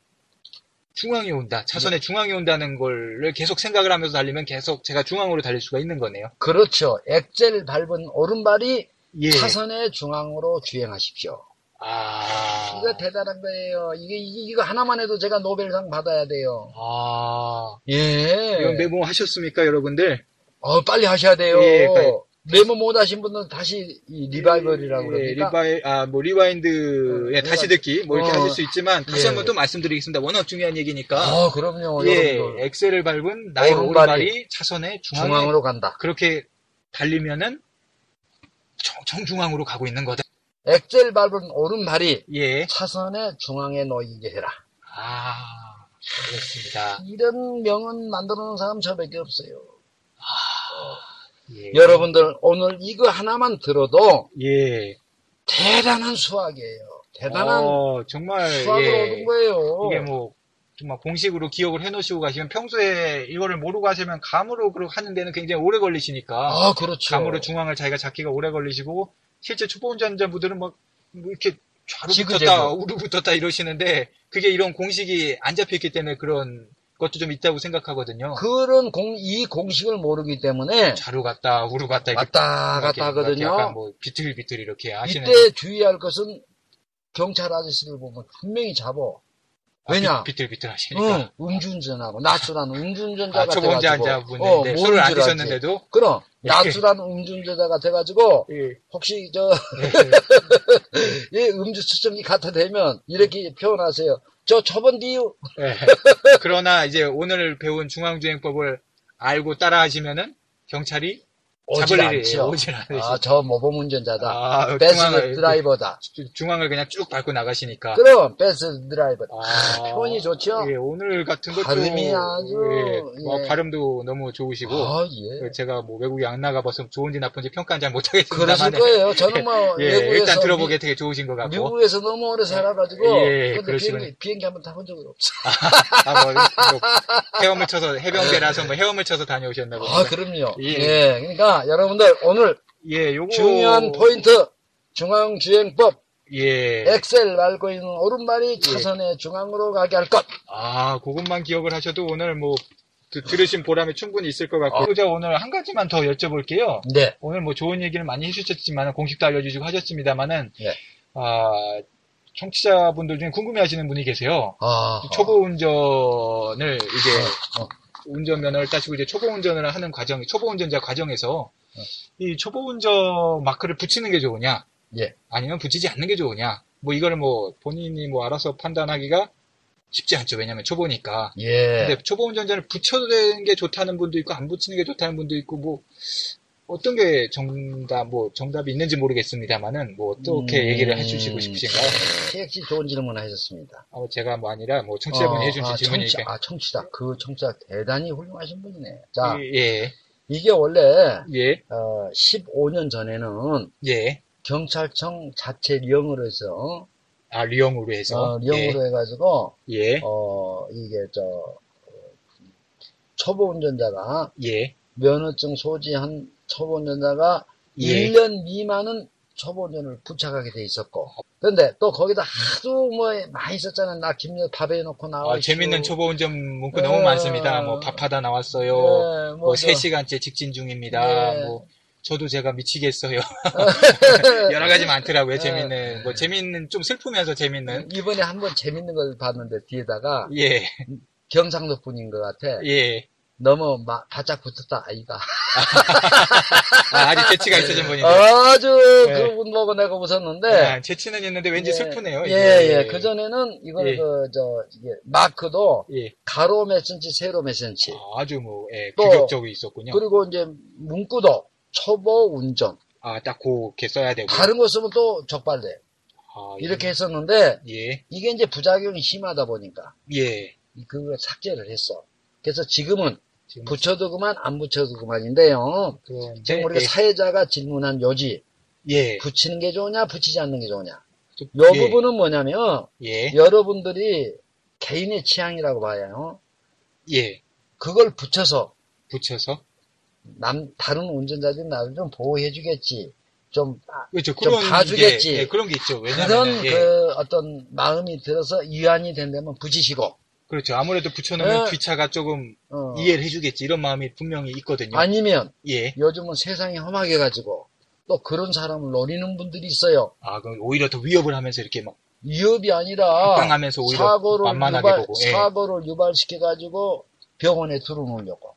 [SPEAKER 1] 중앙에 온다. 차선의 중앙에 온다는 걸 계속 생각을 하면서 달리면 계속 제가 중앙으로 달릴 수가 있는 거네요.
[SPEAKER 2] 그렇죠. 엑셀 밟은 오른발이
[SPEAKER 1] 예.
[SPEAKER 2] 차선의 중앙으로 주행하십시오.
[SPEAKER 1] 아.
[SPEAKER 2] 이거 대단한 거예요. 이게, 이거 하나만 해도 제가 노벨상 받아야 돼요.
[SPEAKER 1] 아.
[SPEAKER 2] 예.
[SPEAKER 1] 이거 메모하셨습니까, 여러분들?
[SPEAKER 2] 어, 빨리 하셔야 돼요.
[SPEAKER 1] 예, 빨리.
[SPEAKER 2] 메모 못 하신 분은 다시 이 리바이벌이라고
[SPEAKER 1] 예,
[SPEAKER 2] 그러니까.
[SPEAKER 1] 리바이, 아, 뭐, 리와인드,
[SPEAKER 2] 어,
[SPEAKER 1] 예, 다시
[SPEAKER 2] 리와인드.
[SPEAKER 1] 듣기, 뭐, 이렇게
[SPEAKER 2] 어.
[SPEAKER 1] 하실 수 있지만, 다시
[SPEAKER 2] 예.
[SPEAKER 1] 한번 또 말씀드리겠습니다. 워낙 중요한 얘기니까.
[SPEAKER 2] 어, 그럼요.
[SPEAKER 1] 예,
[SPEAKER 2] 여러분들. 어,
[SPEAKER 1] 엑셀을 밟은 나의
[SPEAKER 2] 오른발이
[SPEAKER 1] 오른발이 차선의 중앙에
[SPEAKER 2] 중앙으로 간다.
[SPEAKER 1] 그렇게 달리면은 정, 정중앙으로 가고 있는 거다.
[SPEAKER 2] 엑셀 밟은 오른발이
[SPEAKER 1] 예.
[SPEAKER 2] 차선의 중앙에 놓이게 해라.
[SPEAKER 1] 아, 그렇습니다.
[SPEAKER 2] 이런 명언 만들어 놓은 사람 저밖에 없어요.
[SPEAKER 1] 예.
[SPEAKER 2] 여러분들, 오늘 이거 하나만 들어도
[SPEAKER 1] 예.
[SPEAKER 2] 대단한 수학이에요. 대단한
[SPEAKER 1] 어, 정말
[SPEAKER 2] 수학을
[SPEAKER 1] 예.
[SPEAKER 2] 얻은 거예요.
[SPEAKER 1] 이게 뭐 정말 공식으로 기억을 해 놓으시고 가시면 평소에 이거를 모르고 하시면 감으로 그렇게 하는 데는 굉장히 오래 걸리시니까
[SPEAKER 2] 아, 그렇죠.
[SPEAKER 1] 감으로 중앙을 자기가 잡기가 오래 걸리시고 실제 초보 운전자분들은 막뭐 이렇게 좌로
[SPEAKER 2] 지그재그.
[SPEAKER 1] 붙었다 우로 붙었다 이러시는데 그게 이런 공식이 안 잡혀 있기 때문에 그런 것도 좀 있다고 생각하거든요.
[SPEAKER 2] 그런 공, 이 공식을 모르기 때문에
[SPEAKER 1] 좌로 갔다 우로 갔다 그렇죠. 이렇게
[SPEAKER 2] 왔다
[SPEAKER 1] 이렇게
[SPEAKER 2] 갔다
[SPEAKER 1] 약간
[SPEAKER 2] 하거든요.
[SPEAKER 1] 뭐 비틀비틀 이렇게 하시는
[SPEAKER 2] 이때 주의할 것은 경찰 아저씨를 보면 분명히 잡어. 왜냐?
[SPEAKER 1] 아, 비틀비틀 하시니까.
[SPEAKER 2] 응, 음주운전하고 낮술한 음주운전자가
[SPEAKER 1] 그러니까. 아, 초보
[SPEAKER 2] 돼가지고 어,
[SPEAKER 1] 운전자분인데 술을
[SPEAKER 2] 모르는
[SPEAKER 1] 안
[SPEAKER 2] 줄 알지.
[SPEAKER 1] 드셨는데도
[SPEAKER 2] 그럼
[SPEAKER 1] 예.
[SPEAKER 2] 낮술한 음주운전자가 돼가지고
[SPEAKER 1] 예.
[SPEAKER 2] 혹시 저
[SPEAKER 1] 네,
[SPEAKER 2] 이 음주 추정이 갖다 대면 이렇게 표현하세요. 저 저번 뒤유
[SPEAKER 1] 예. 그러나 이제 오늘 배운 중앙주행법을 알고 따라하시면은 경찰이
[SPEAKER 2] 오질
[SPEAKER 1] 잡을 일이
[SPEAKER 2] 않죠.
[SPEAKER 1] 오질 않으시죠.
[SPEAKER 2] 아, 저 모범 운전자다.
[SPEAKER 1] 아,
[SPEAKER 2] 베스트 드라이버다.
[SPEAKER 1] 주- 중앙을 그냥 쭉 밟고 나가시니까.
[SPEAKER 2] 그럼 베스트 드라이버다.
[SPEAKER 1] 아,
[SPEAKER 2] 표현이 좋죠?
[SPEAKER 1] 예, 오늘 같은 것도
[SPEAKER 2] 발음이 아주,
[SPEAKER 1] 예, 뭐
[SPEAKER 2] 예.
[SPEAKER 1] 발음도 너무 좋으시고
[SPEAKER 2] 아, 예.
[SPEAKER 1] 그 제가 뭐 외국에 안 나가봐서 좋은지 나쁜지 평가는 잘
[SPEAKER 2] 그러실
[SPEAKER 1] 못하겠습니다만
[SPEAKER 2] 거예요. 저는 뭐
[SPEAKER 1] 예,
[SPEAKER 2] 외국에서
[SPEAKER 1] 일단 들어보기에
[SPEAKER 2] 미-
[SPEAKER 1] 되게 좋으신 것 같고
[SPEAKER 2] 미국에서 너무 오래 살아가지고
[SPEAKER 1] 예,
[SPEAKER 2] 근데
[SPEAKER 1] 그러시군요.
[SPEAKER 2] 비행기, 비행기 한번 타본 적은 없어.
[SPEAKER 1] 아, 뭐, 또 헤엄을 쳐서 해병대라서 뭐 헤엄을 쳐서 다녀오셨나 보다.
[SPEAKER 2] 네. 아 그럼요.
[SPEAKER 1] 예.
[SPEAKER 2] 예. 그러니까 여러분들 오늘
[SPEAKER 1] 예, 요거
[SPEAKER 2] 중요한 포인트 중앙주행법
[SPEAKER 1] 예.
[SPEAKER 2] 엑셀 밟고 있는 오른발이 차선의 중앙으로 가게 할 것.
[SPEAKER 1] 아, 그것만 기억을 하셔도 오늘 뭐 드- 들으신 보람이 충분히 있을 것 같고. 그자 오늘 한 가지만 더 여쭤볼게요.
[SPEAKER 2] 네.
[SPEAKER 1] 오늘 뭐 좋은 얘기를 많이 해주셨지만 공식도 알려주시고 하셨습니다만은
[SPEAKER 2] 예.
[SPEAKER 1] 아 청취자분들 중에 궁금해하시는 분이 계세요.
[SPEAKER 2] 아
[SPEAKER 1] 초보 운전을 이제
[SPEAKER 2] 어.
[SPEAKER 1] 운전면허를 따시고 이제 초보 운전을 하는 과정, 초보 운전자 과정에서 이 초보 운전 마크를 붙이는 게 좋으냐,
[SPEAKER 2] 예.
[SPEAKER 1] 아니면 붙이지 않는 게 좋으냐, 뭐 이걸 뭐 본인이 뭐 알아서 판단하기가 쉽지 않죠. 왜냐면 초보니까.
[SPEAKER 2] 예.
[SPEAKER 1] 근데 초보 운전자를 붙여도 되는 게 좋다는 분도 있고 안 붙이는 게 좋다는 분도 있고 뭐 어떤 게 정답 뭐 정답이 있는지 모르겠습니다만은 뭐 어떻게
[SPEAKER 2] 음.
[SPEAKER 1] 얘기를 해주시고 싶으신가요?
[SPEAKER 2] 역시 좋은 질문 하셨습니다.
[SPEAKER 1] 어, 제가 뭐 아니라 뭐 청취자분이 해주신
[SPEAKER 2] 아,
[SPEAKER 1] 질문이니까.
[SPEAKER 2] 청취, 아 청취자 그 청취자 대단히 훌륭하신 분이네. 자
[SPEAKER 1] 예,
[SPEAKER 2] 이게 원래
[SPEAKER 1] 예,
[SPEAKER 2] 어, 15년 전에는
[SPEAKER 1] 예.
[SPEAKER 2] 경찰청 자체 리용으로 해서
[SPEAKER 1] 아, 리형으로 해서.
[SPEAKER 2] 어, 리용으로 해가지고
[SPEAKER 1] 예, 예,
[SPEAKER 2] 어, 이게 저 어, 초보 운전자가
[SPEAKER 1] 예,
[SPEAKER 2] 면허증 소지한 초보 운전자가
[SPEAKER 1] 예.
[SPEAKER 2] 1년 미만은 초보 운전을 부착하게 돼 있었고 그런데 또 거기다 하도 뭐 많이 있었잖아요. 나 김여 밥에 해놓고 나와
[SPEAKER 1] 아, 재밌는 초보 운전 문구 너무
[SPEAKER 2] 예.
[SPEAKER 1] 많습니다. 뭐, 밥하다 나왔어요.
[SPEAKER 2] 예,
[SPEAKER 1] 뭐,
[SPEAKER 2] 저-
[SPEAKER 1] 세시간째 직진 중입니다.
[SPEAKER 2] 예.
[SPEAKER 1] 뭐, 저도 제가 미치겠어요. 여러 가지 많더라고요,
[SPEAKER 2] 예.
[SPEAKER 1] 재밌는. 뭐, 재밌는, 좀 슬프면서 재밌는.
[SPEAKER 2] 이번에 한번 재밌는 걸 봤는데 뒤에다가
[SPEAKER 1] 예,
[SPEAKER 2] 경상도 분인 것 같아.
[SPEAKER 1] 예.
[SPEAKER 2] 너무 마- 바짝 붙었다 아이가.
[SPEAKER 1] 아, 아직 재치가 있으신 분인데.
[SPEAKER 2] 아주
[SPEAKER 1] 예.
[SPEAKER 2] 그분 보고 내가 웃었는데.
[SPEAKER 1] 아, 재치는 있는데 왠지
[SPEAKER 2] 예.
[SPEAKER 1] 슬프네요.
[SPEAKER 2] 예,
[SPEAKER 1] 이게.
[SPEAKER 2] 예. 그전에는 이거
[SPEAKER 1] 예.
[SPEAKER 2] 그, 저, 이게 마크도
[SPEAKER 1] 예.
[SPEAKER 2] 가로 몇 센치, 세로 몇 센치.
[SPEAKER 1] 아, 주 뭐, 예,
[SPEAKER 2] 또-
[SPEAKER 1] 규격적이 있었군요.
[SPEAKER 2] 그리고 이제 문구도 초보 운전.
[SPEAKER 1] 아, 딱 그렇게 써야 되고.
[SPEAKER 2] 다른 거 쓰면 또 적발돼.
[SPEAKER 1] 네. 아, 예.
[SPEAKER 2] 이렇게 했었는데
[SPEAKER 1] 예,
[SPEAKER 2] 이게 이제 부작용이 심하다 보니까
[SPEAKER 1] 예.
[SPEAKER 2] 이- 그걸 삭제를 했어. 그래서 지금은
[SPEAKER 1] 지금
[SPEAKER 2] 붙여도 그만 안 붙여도 그만인데요.
[SPEAKER 1] 그런데-
[SPEAKER 2] 지금 우리가
[SPEAKER 1] 예.
[SPEAKER 2] 사회자가 질문한 요지
[SPEAKER 1] 예.
[SPEAKER 2] 붙이는 게 좋냐 붙이지 않는 게 좋냐
[SPEAKER 1] 좀-
[SPEAKER 2] 요
[SPEAKER 1] 예,
[SPEAKER 2] 그 부분은 뭐냐면
[SPEAKER 1] 예,
[SPEAKER 2] 여러분들이 개인의 취향이라고 봐요.
[SPEAKER 1] 예.
[SPEAKER 2] 그걸 붙여서
[SPEAKER 1] 붙여서.
[SPEAKER 2] 남 다른 운전자들이 나를 좀 보호해 주겠지. 좀 아,
[SPEAKER 1] 그렇죠.
[SPEAKER 2] 좀
[SPEAKER 1] 그런
[SPEAKER 2] 봐주겠지.
[SPEAKER 1] 게, 예, 그런 게 있죠.
[SPEAKER 2] 그런
[SPEAKER 1] 왜냐면, 예,
[SPEAKER 2] 그 어떤 마음이 들어서 위안이 된다면 붙이시고
[SPEAKER 1] 그렇죠. 아무래도 붙여놓으면
[SPEAKER 2] 예.
[SPEAKER 1] 귀차가 조금
[SPEAKER 2] 어,
[SPEAKER 1] 이해를 해주겠지. 이런 마음이 분명히 있거든요.
[SPEAKER 2] 아니면
[SPEAKER 1] 예.
[SPEAKER 2] 요즘은 세상이 험하게 가지고 또 그런 사람을 노리는 분들이 있어요.
[SPEAKER 1] 아, 그럼 오히려 더 위협을 하면서 이렇게 막
[SPEAKER 2] 위협이 아니라
[SPEAKER 1] 빵하면서 오히려
[SPEAKER 2] 사고를
[SPEAKER 1] 만만하게
[SPEAKER 2] 유발
[SPEAKER 1] 보고, 예.
[SPEAKER 2] 사고를 유발시켜 가지고 병원에 들어놓으려고.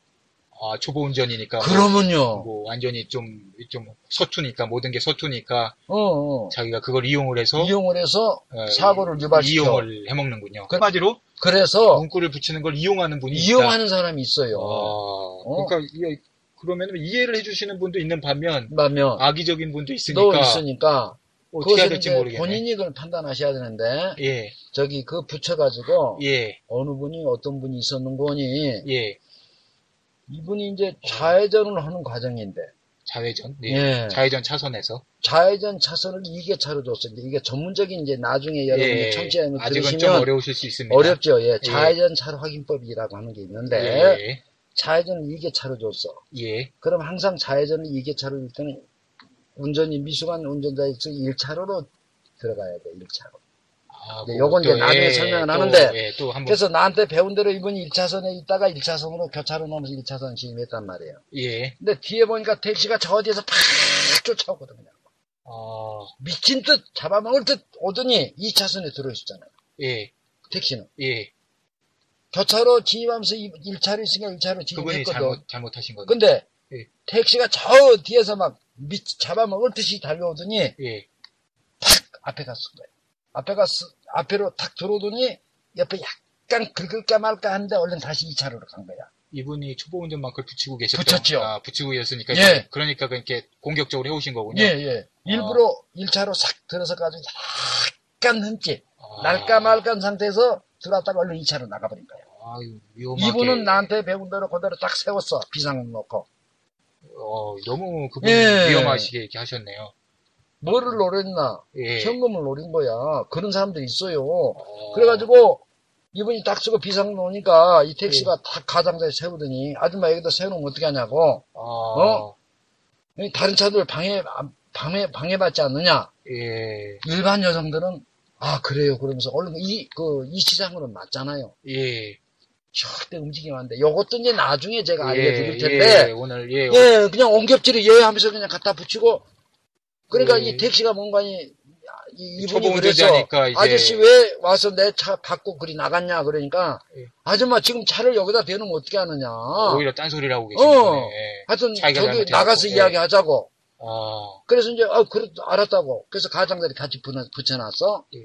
[SPEAKER 1] 아, 초보 운전이니까.
[SPEAKER 2] 그러면요.
[SPEAKER 1] 뭐 완전히 좀, 좀 서투니까, 모든 게 서투니까
[SPEAKER 2] 어, 어.
[SPEAKER 1] 자기가 그걸 이용을 해서
[SPEAKER 2] 이용을 해서
[SPEAKER 1] 어,
[SPEAKER 2] 사고를 유발시켜.
[SPEAKER 1] 이용을 해먹는군요.
[SPEAKER 2] 그-
[SPEAKER 1] 한마디로
[SPEAKER 2] 그래서
[SPEAKER 1] 문구를 붙이는 걸 이용하는 분이 있다.
[SPEAKER 2] 이용하는 사람이 있어요.
[SPEAKER 1] 아, 그러니까 이게 그러면 이해를 해주시는 분도 있는 반면
[SPEAKER 2] 반면
[SPEAKER 1] 악의적인 분도 있으니까 뭐
[SPEAKER 2] 또 있으니까
[SPEAKER 1] 어떻게 해야
[SPEAKER 2] 그것은
[SPEAKER 1] 될지
[SPEAKER 2] 이제
[SPEAKER 1] 모르겠네.
[SPEAKER 2] 본인이 그걸 판단하셔야 되는데
[SPEAKER 1] 예,
[SPEAKER 2] 저기 그 붙여가지고
[SPEAKER 1] 예,
[SPEAKER 2] 어느 분이 어떤 분이 있었는 거니
[SPEAKER 1] 예.
[SPEAKER 2] 이분이 이제 좌회전을 하는 과정인데
[SPEAKER 1] 자회전, 네.
[SPEAKER 2] 예.
[SPEAKER 1] 자회전 차선에서
[SPEAKER 2] 좌회전 차선을 2개차로 줬습니다. 이게 전문적인 이제 나중에 여러분이
[SPEAKER 1] 예.
[SPEAKER 2] 청취하면
[SPEAKER 1] 아직은 좀
[SPEAKER 2] 들으시면
[SPEAKER 1] 어려우실 수 있습니다.
[SPEAKER 2] 어렵죠. 예. 좌회전 차로 확인법이라고 하는 게 있는데
[SPEAKER 1] 예,
[SPEAKER 2] 좌회전을 2개차로 줬어.
[SPEAKER 1] 예,
[SPEAKER 2] 그럼 항상 좌회전을 2개차로 일 때는 운전이 미숙한 운전자 입장 1차로로 들어가야 돼, 1차로.
[SPEAKER 1] 아,
[SPEAKER 2] 네,
[SPEAKER 1] 그거
[SPEAKER 2] 요건 이제
[SPEAKER 1] 또,
[SPEAKER 2] 나중에
[SPEAKER 1] 예,
[SPEAKER 2] 설명을
[SPEAKER 1] 또,
[SPEAKER 2] 하는데
[SPEAKER 1] 예, 또 한번
[SPEAKER 2] 그래서 나한테 배운 대로 이분이 1차선에 있다가 1차선으로 교차로 넘어서 1차선 진입했단 말이에요.
[SPEAKER 1] 예,
[SPEAKER 2] 근데 뒤에 보니까 택시가 저 어디에서 팍 쫓아오거든요.
[SPEAKER 1] 아,
[SPEAKER 2] 미친 듯 잡아먹을 듯 오더니 2차선에 들어있었잖아요.
[SPEAKER 1] 예,
[SPEAKER 2] 택시는.
[SPEAKER 1] 예.
[SPEAKER 2] 교차로 진입하면서 1차로 있으니까 1차로
[SPEAKER 1] 그분이
[SPEAKER 2] 진입했거든.
[SPEAKER 1] 잘못 잘못하신 거네.
[SPEAKER 2] 근데
[SPEAKER 1] 예.
[SPEAKER 2] 택시가 저 뒤에서 막 미, 잡아먹을 듯이 달려오더니
[SPEAKER 1] 예,
[SPEAKER 2] 앞에 갔을 거예요. 앞에 갔, 앞에로 탁 들어오더니 옆에 약간 긁을까 말까 하는데 얼른 다시 2차로로 간 거야.
[SPEAKER 1] 이분이 초보 운전만큼 붙이고 계셨던
[SPEAKER 2] 붙였죠.
[SPEAKER 1] 아, 붙이고 계셨으니까
[SPEAKER 2] 예.
[SPEAKER 1] 이제 그러니까 이렇게 공격적으로 해오신 거군요.
[SPEAKER 2] 예, 예. 일부러 1차로 싹 들어서가지고 약간 흠집,
[SPEAKER 1] 아,
[SPEAKER 2] 날까 말까 상태에서 들어왔다가 얼른 2차로 나가버린 거예요.
[SPEAKER 1] 아유, 위험하게.
[SPEAKER 2] 이분은 나한테 배운 대로 그대로 딱 세웠어. 비상 놓고.
[SPEAKER 1] 어, 너무 그분
[SPEAKER 2] 예.
[SPEAKER 1] 위험하시게 이렇게 하셨네요.
[SPEAKER 2] 뭐를 노렸나?
[SPEAKER 1] 예.
[SPEAKER 2] 현금을 노린 거야. 그런 사람들이 있어요.
[SPEAKER 1] 어,
[SPEAKER 2] 그래가지고 이분이 딱 쓰고 비상 놓으니까 이 택시가 딱 가장자리에 세우더니 아줌마 여기다 세우면 어떻게 하냐고
[SPEAKER 1] 아,
[SPEAKER 2] 어? 이 다른 차들 방해 방해 방해받지 않느냐
[SPEAKER 1] 예,
[SPEAKER 2] 일반 여성들은 아 그래요 그러면서 얼른 이그 이 시장으로 맞잖아요
[SPEAKER 1] 예.
[SPEAKER 2] 절대 움직이면 안 돼 요것도 이제 나중에 제가
[SPEAKER 1] 예,
[SPEAKER 2] 알려드릴 텐데
[SPEAKER 1] 예,
[SPEAKER 2] 예,
[SPEAKER 1] 오늘, 예.
[SPEAKER 2] 그냥 옹겹지를 예 하면서 그냥 갖다 붙이고 그러니까
[SPEAKER 1] 예.
[SPEAKER 2] 이 택시가 뭔가 이 이- 이분이
[SPEAKER 1] 초보
[SPEAKER 2] 그래서
[SPEAKER 1] 운전자니까 이제-
[SPEAKER 2] 아저씨 왜 와서 내 차 받고 그리 나갔냐 그러니까
[SPEAKER 1] 예.
[SPEAKER 2] 아줌마 지금 차를 여기다 대놓으면 어떻게 하느냐
[SPEAKER 1] 오히려 딴소리를 하고 계시네.
[SPEAKER 2] 어.
[SPEAKER 1] 예.
[SPEAKER 2] 하여튼
[SPEAKER 1] 자기가
[SPEAKER 2] 저기
[SPEAKER 1] 잘못해갖고,
[SPEAKER 2] 나가서
[SPEAKER 1] 예.
[SPEAKER 2] 이야기하자고
[SPEAKER 1] 아,
[SPEAKER 2] 그래서 이제 아 그래 알았다고 그래서 가장자리 같이 붙여- 붙여놨어
[SPEAKER 1] 예.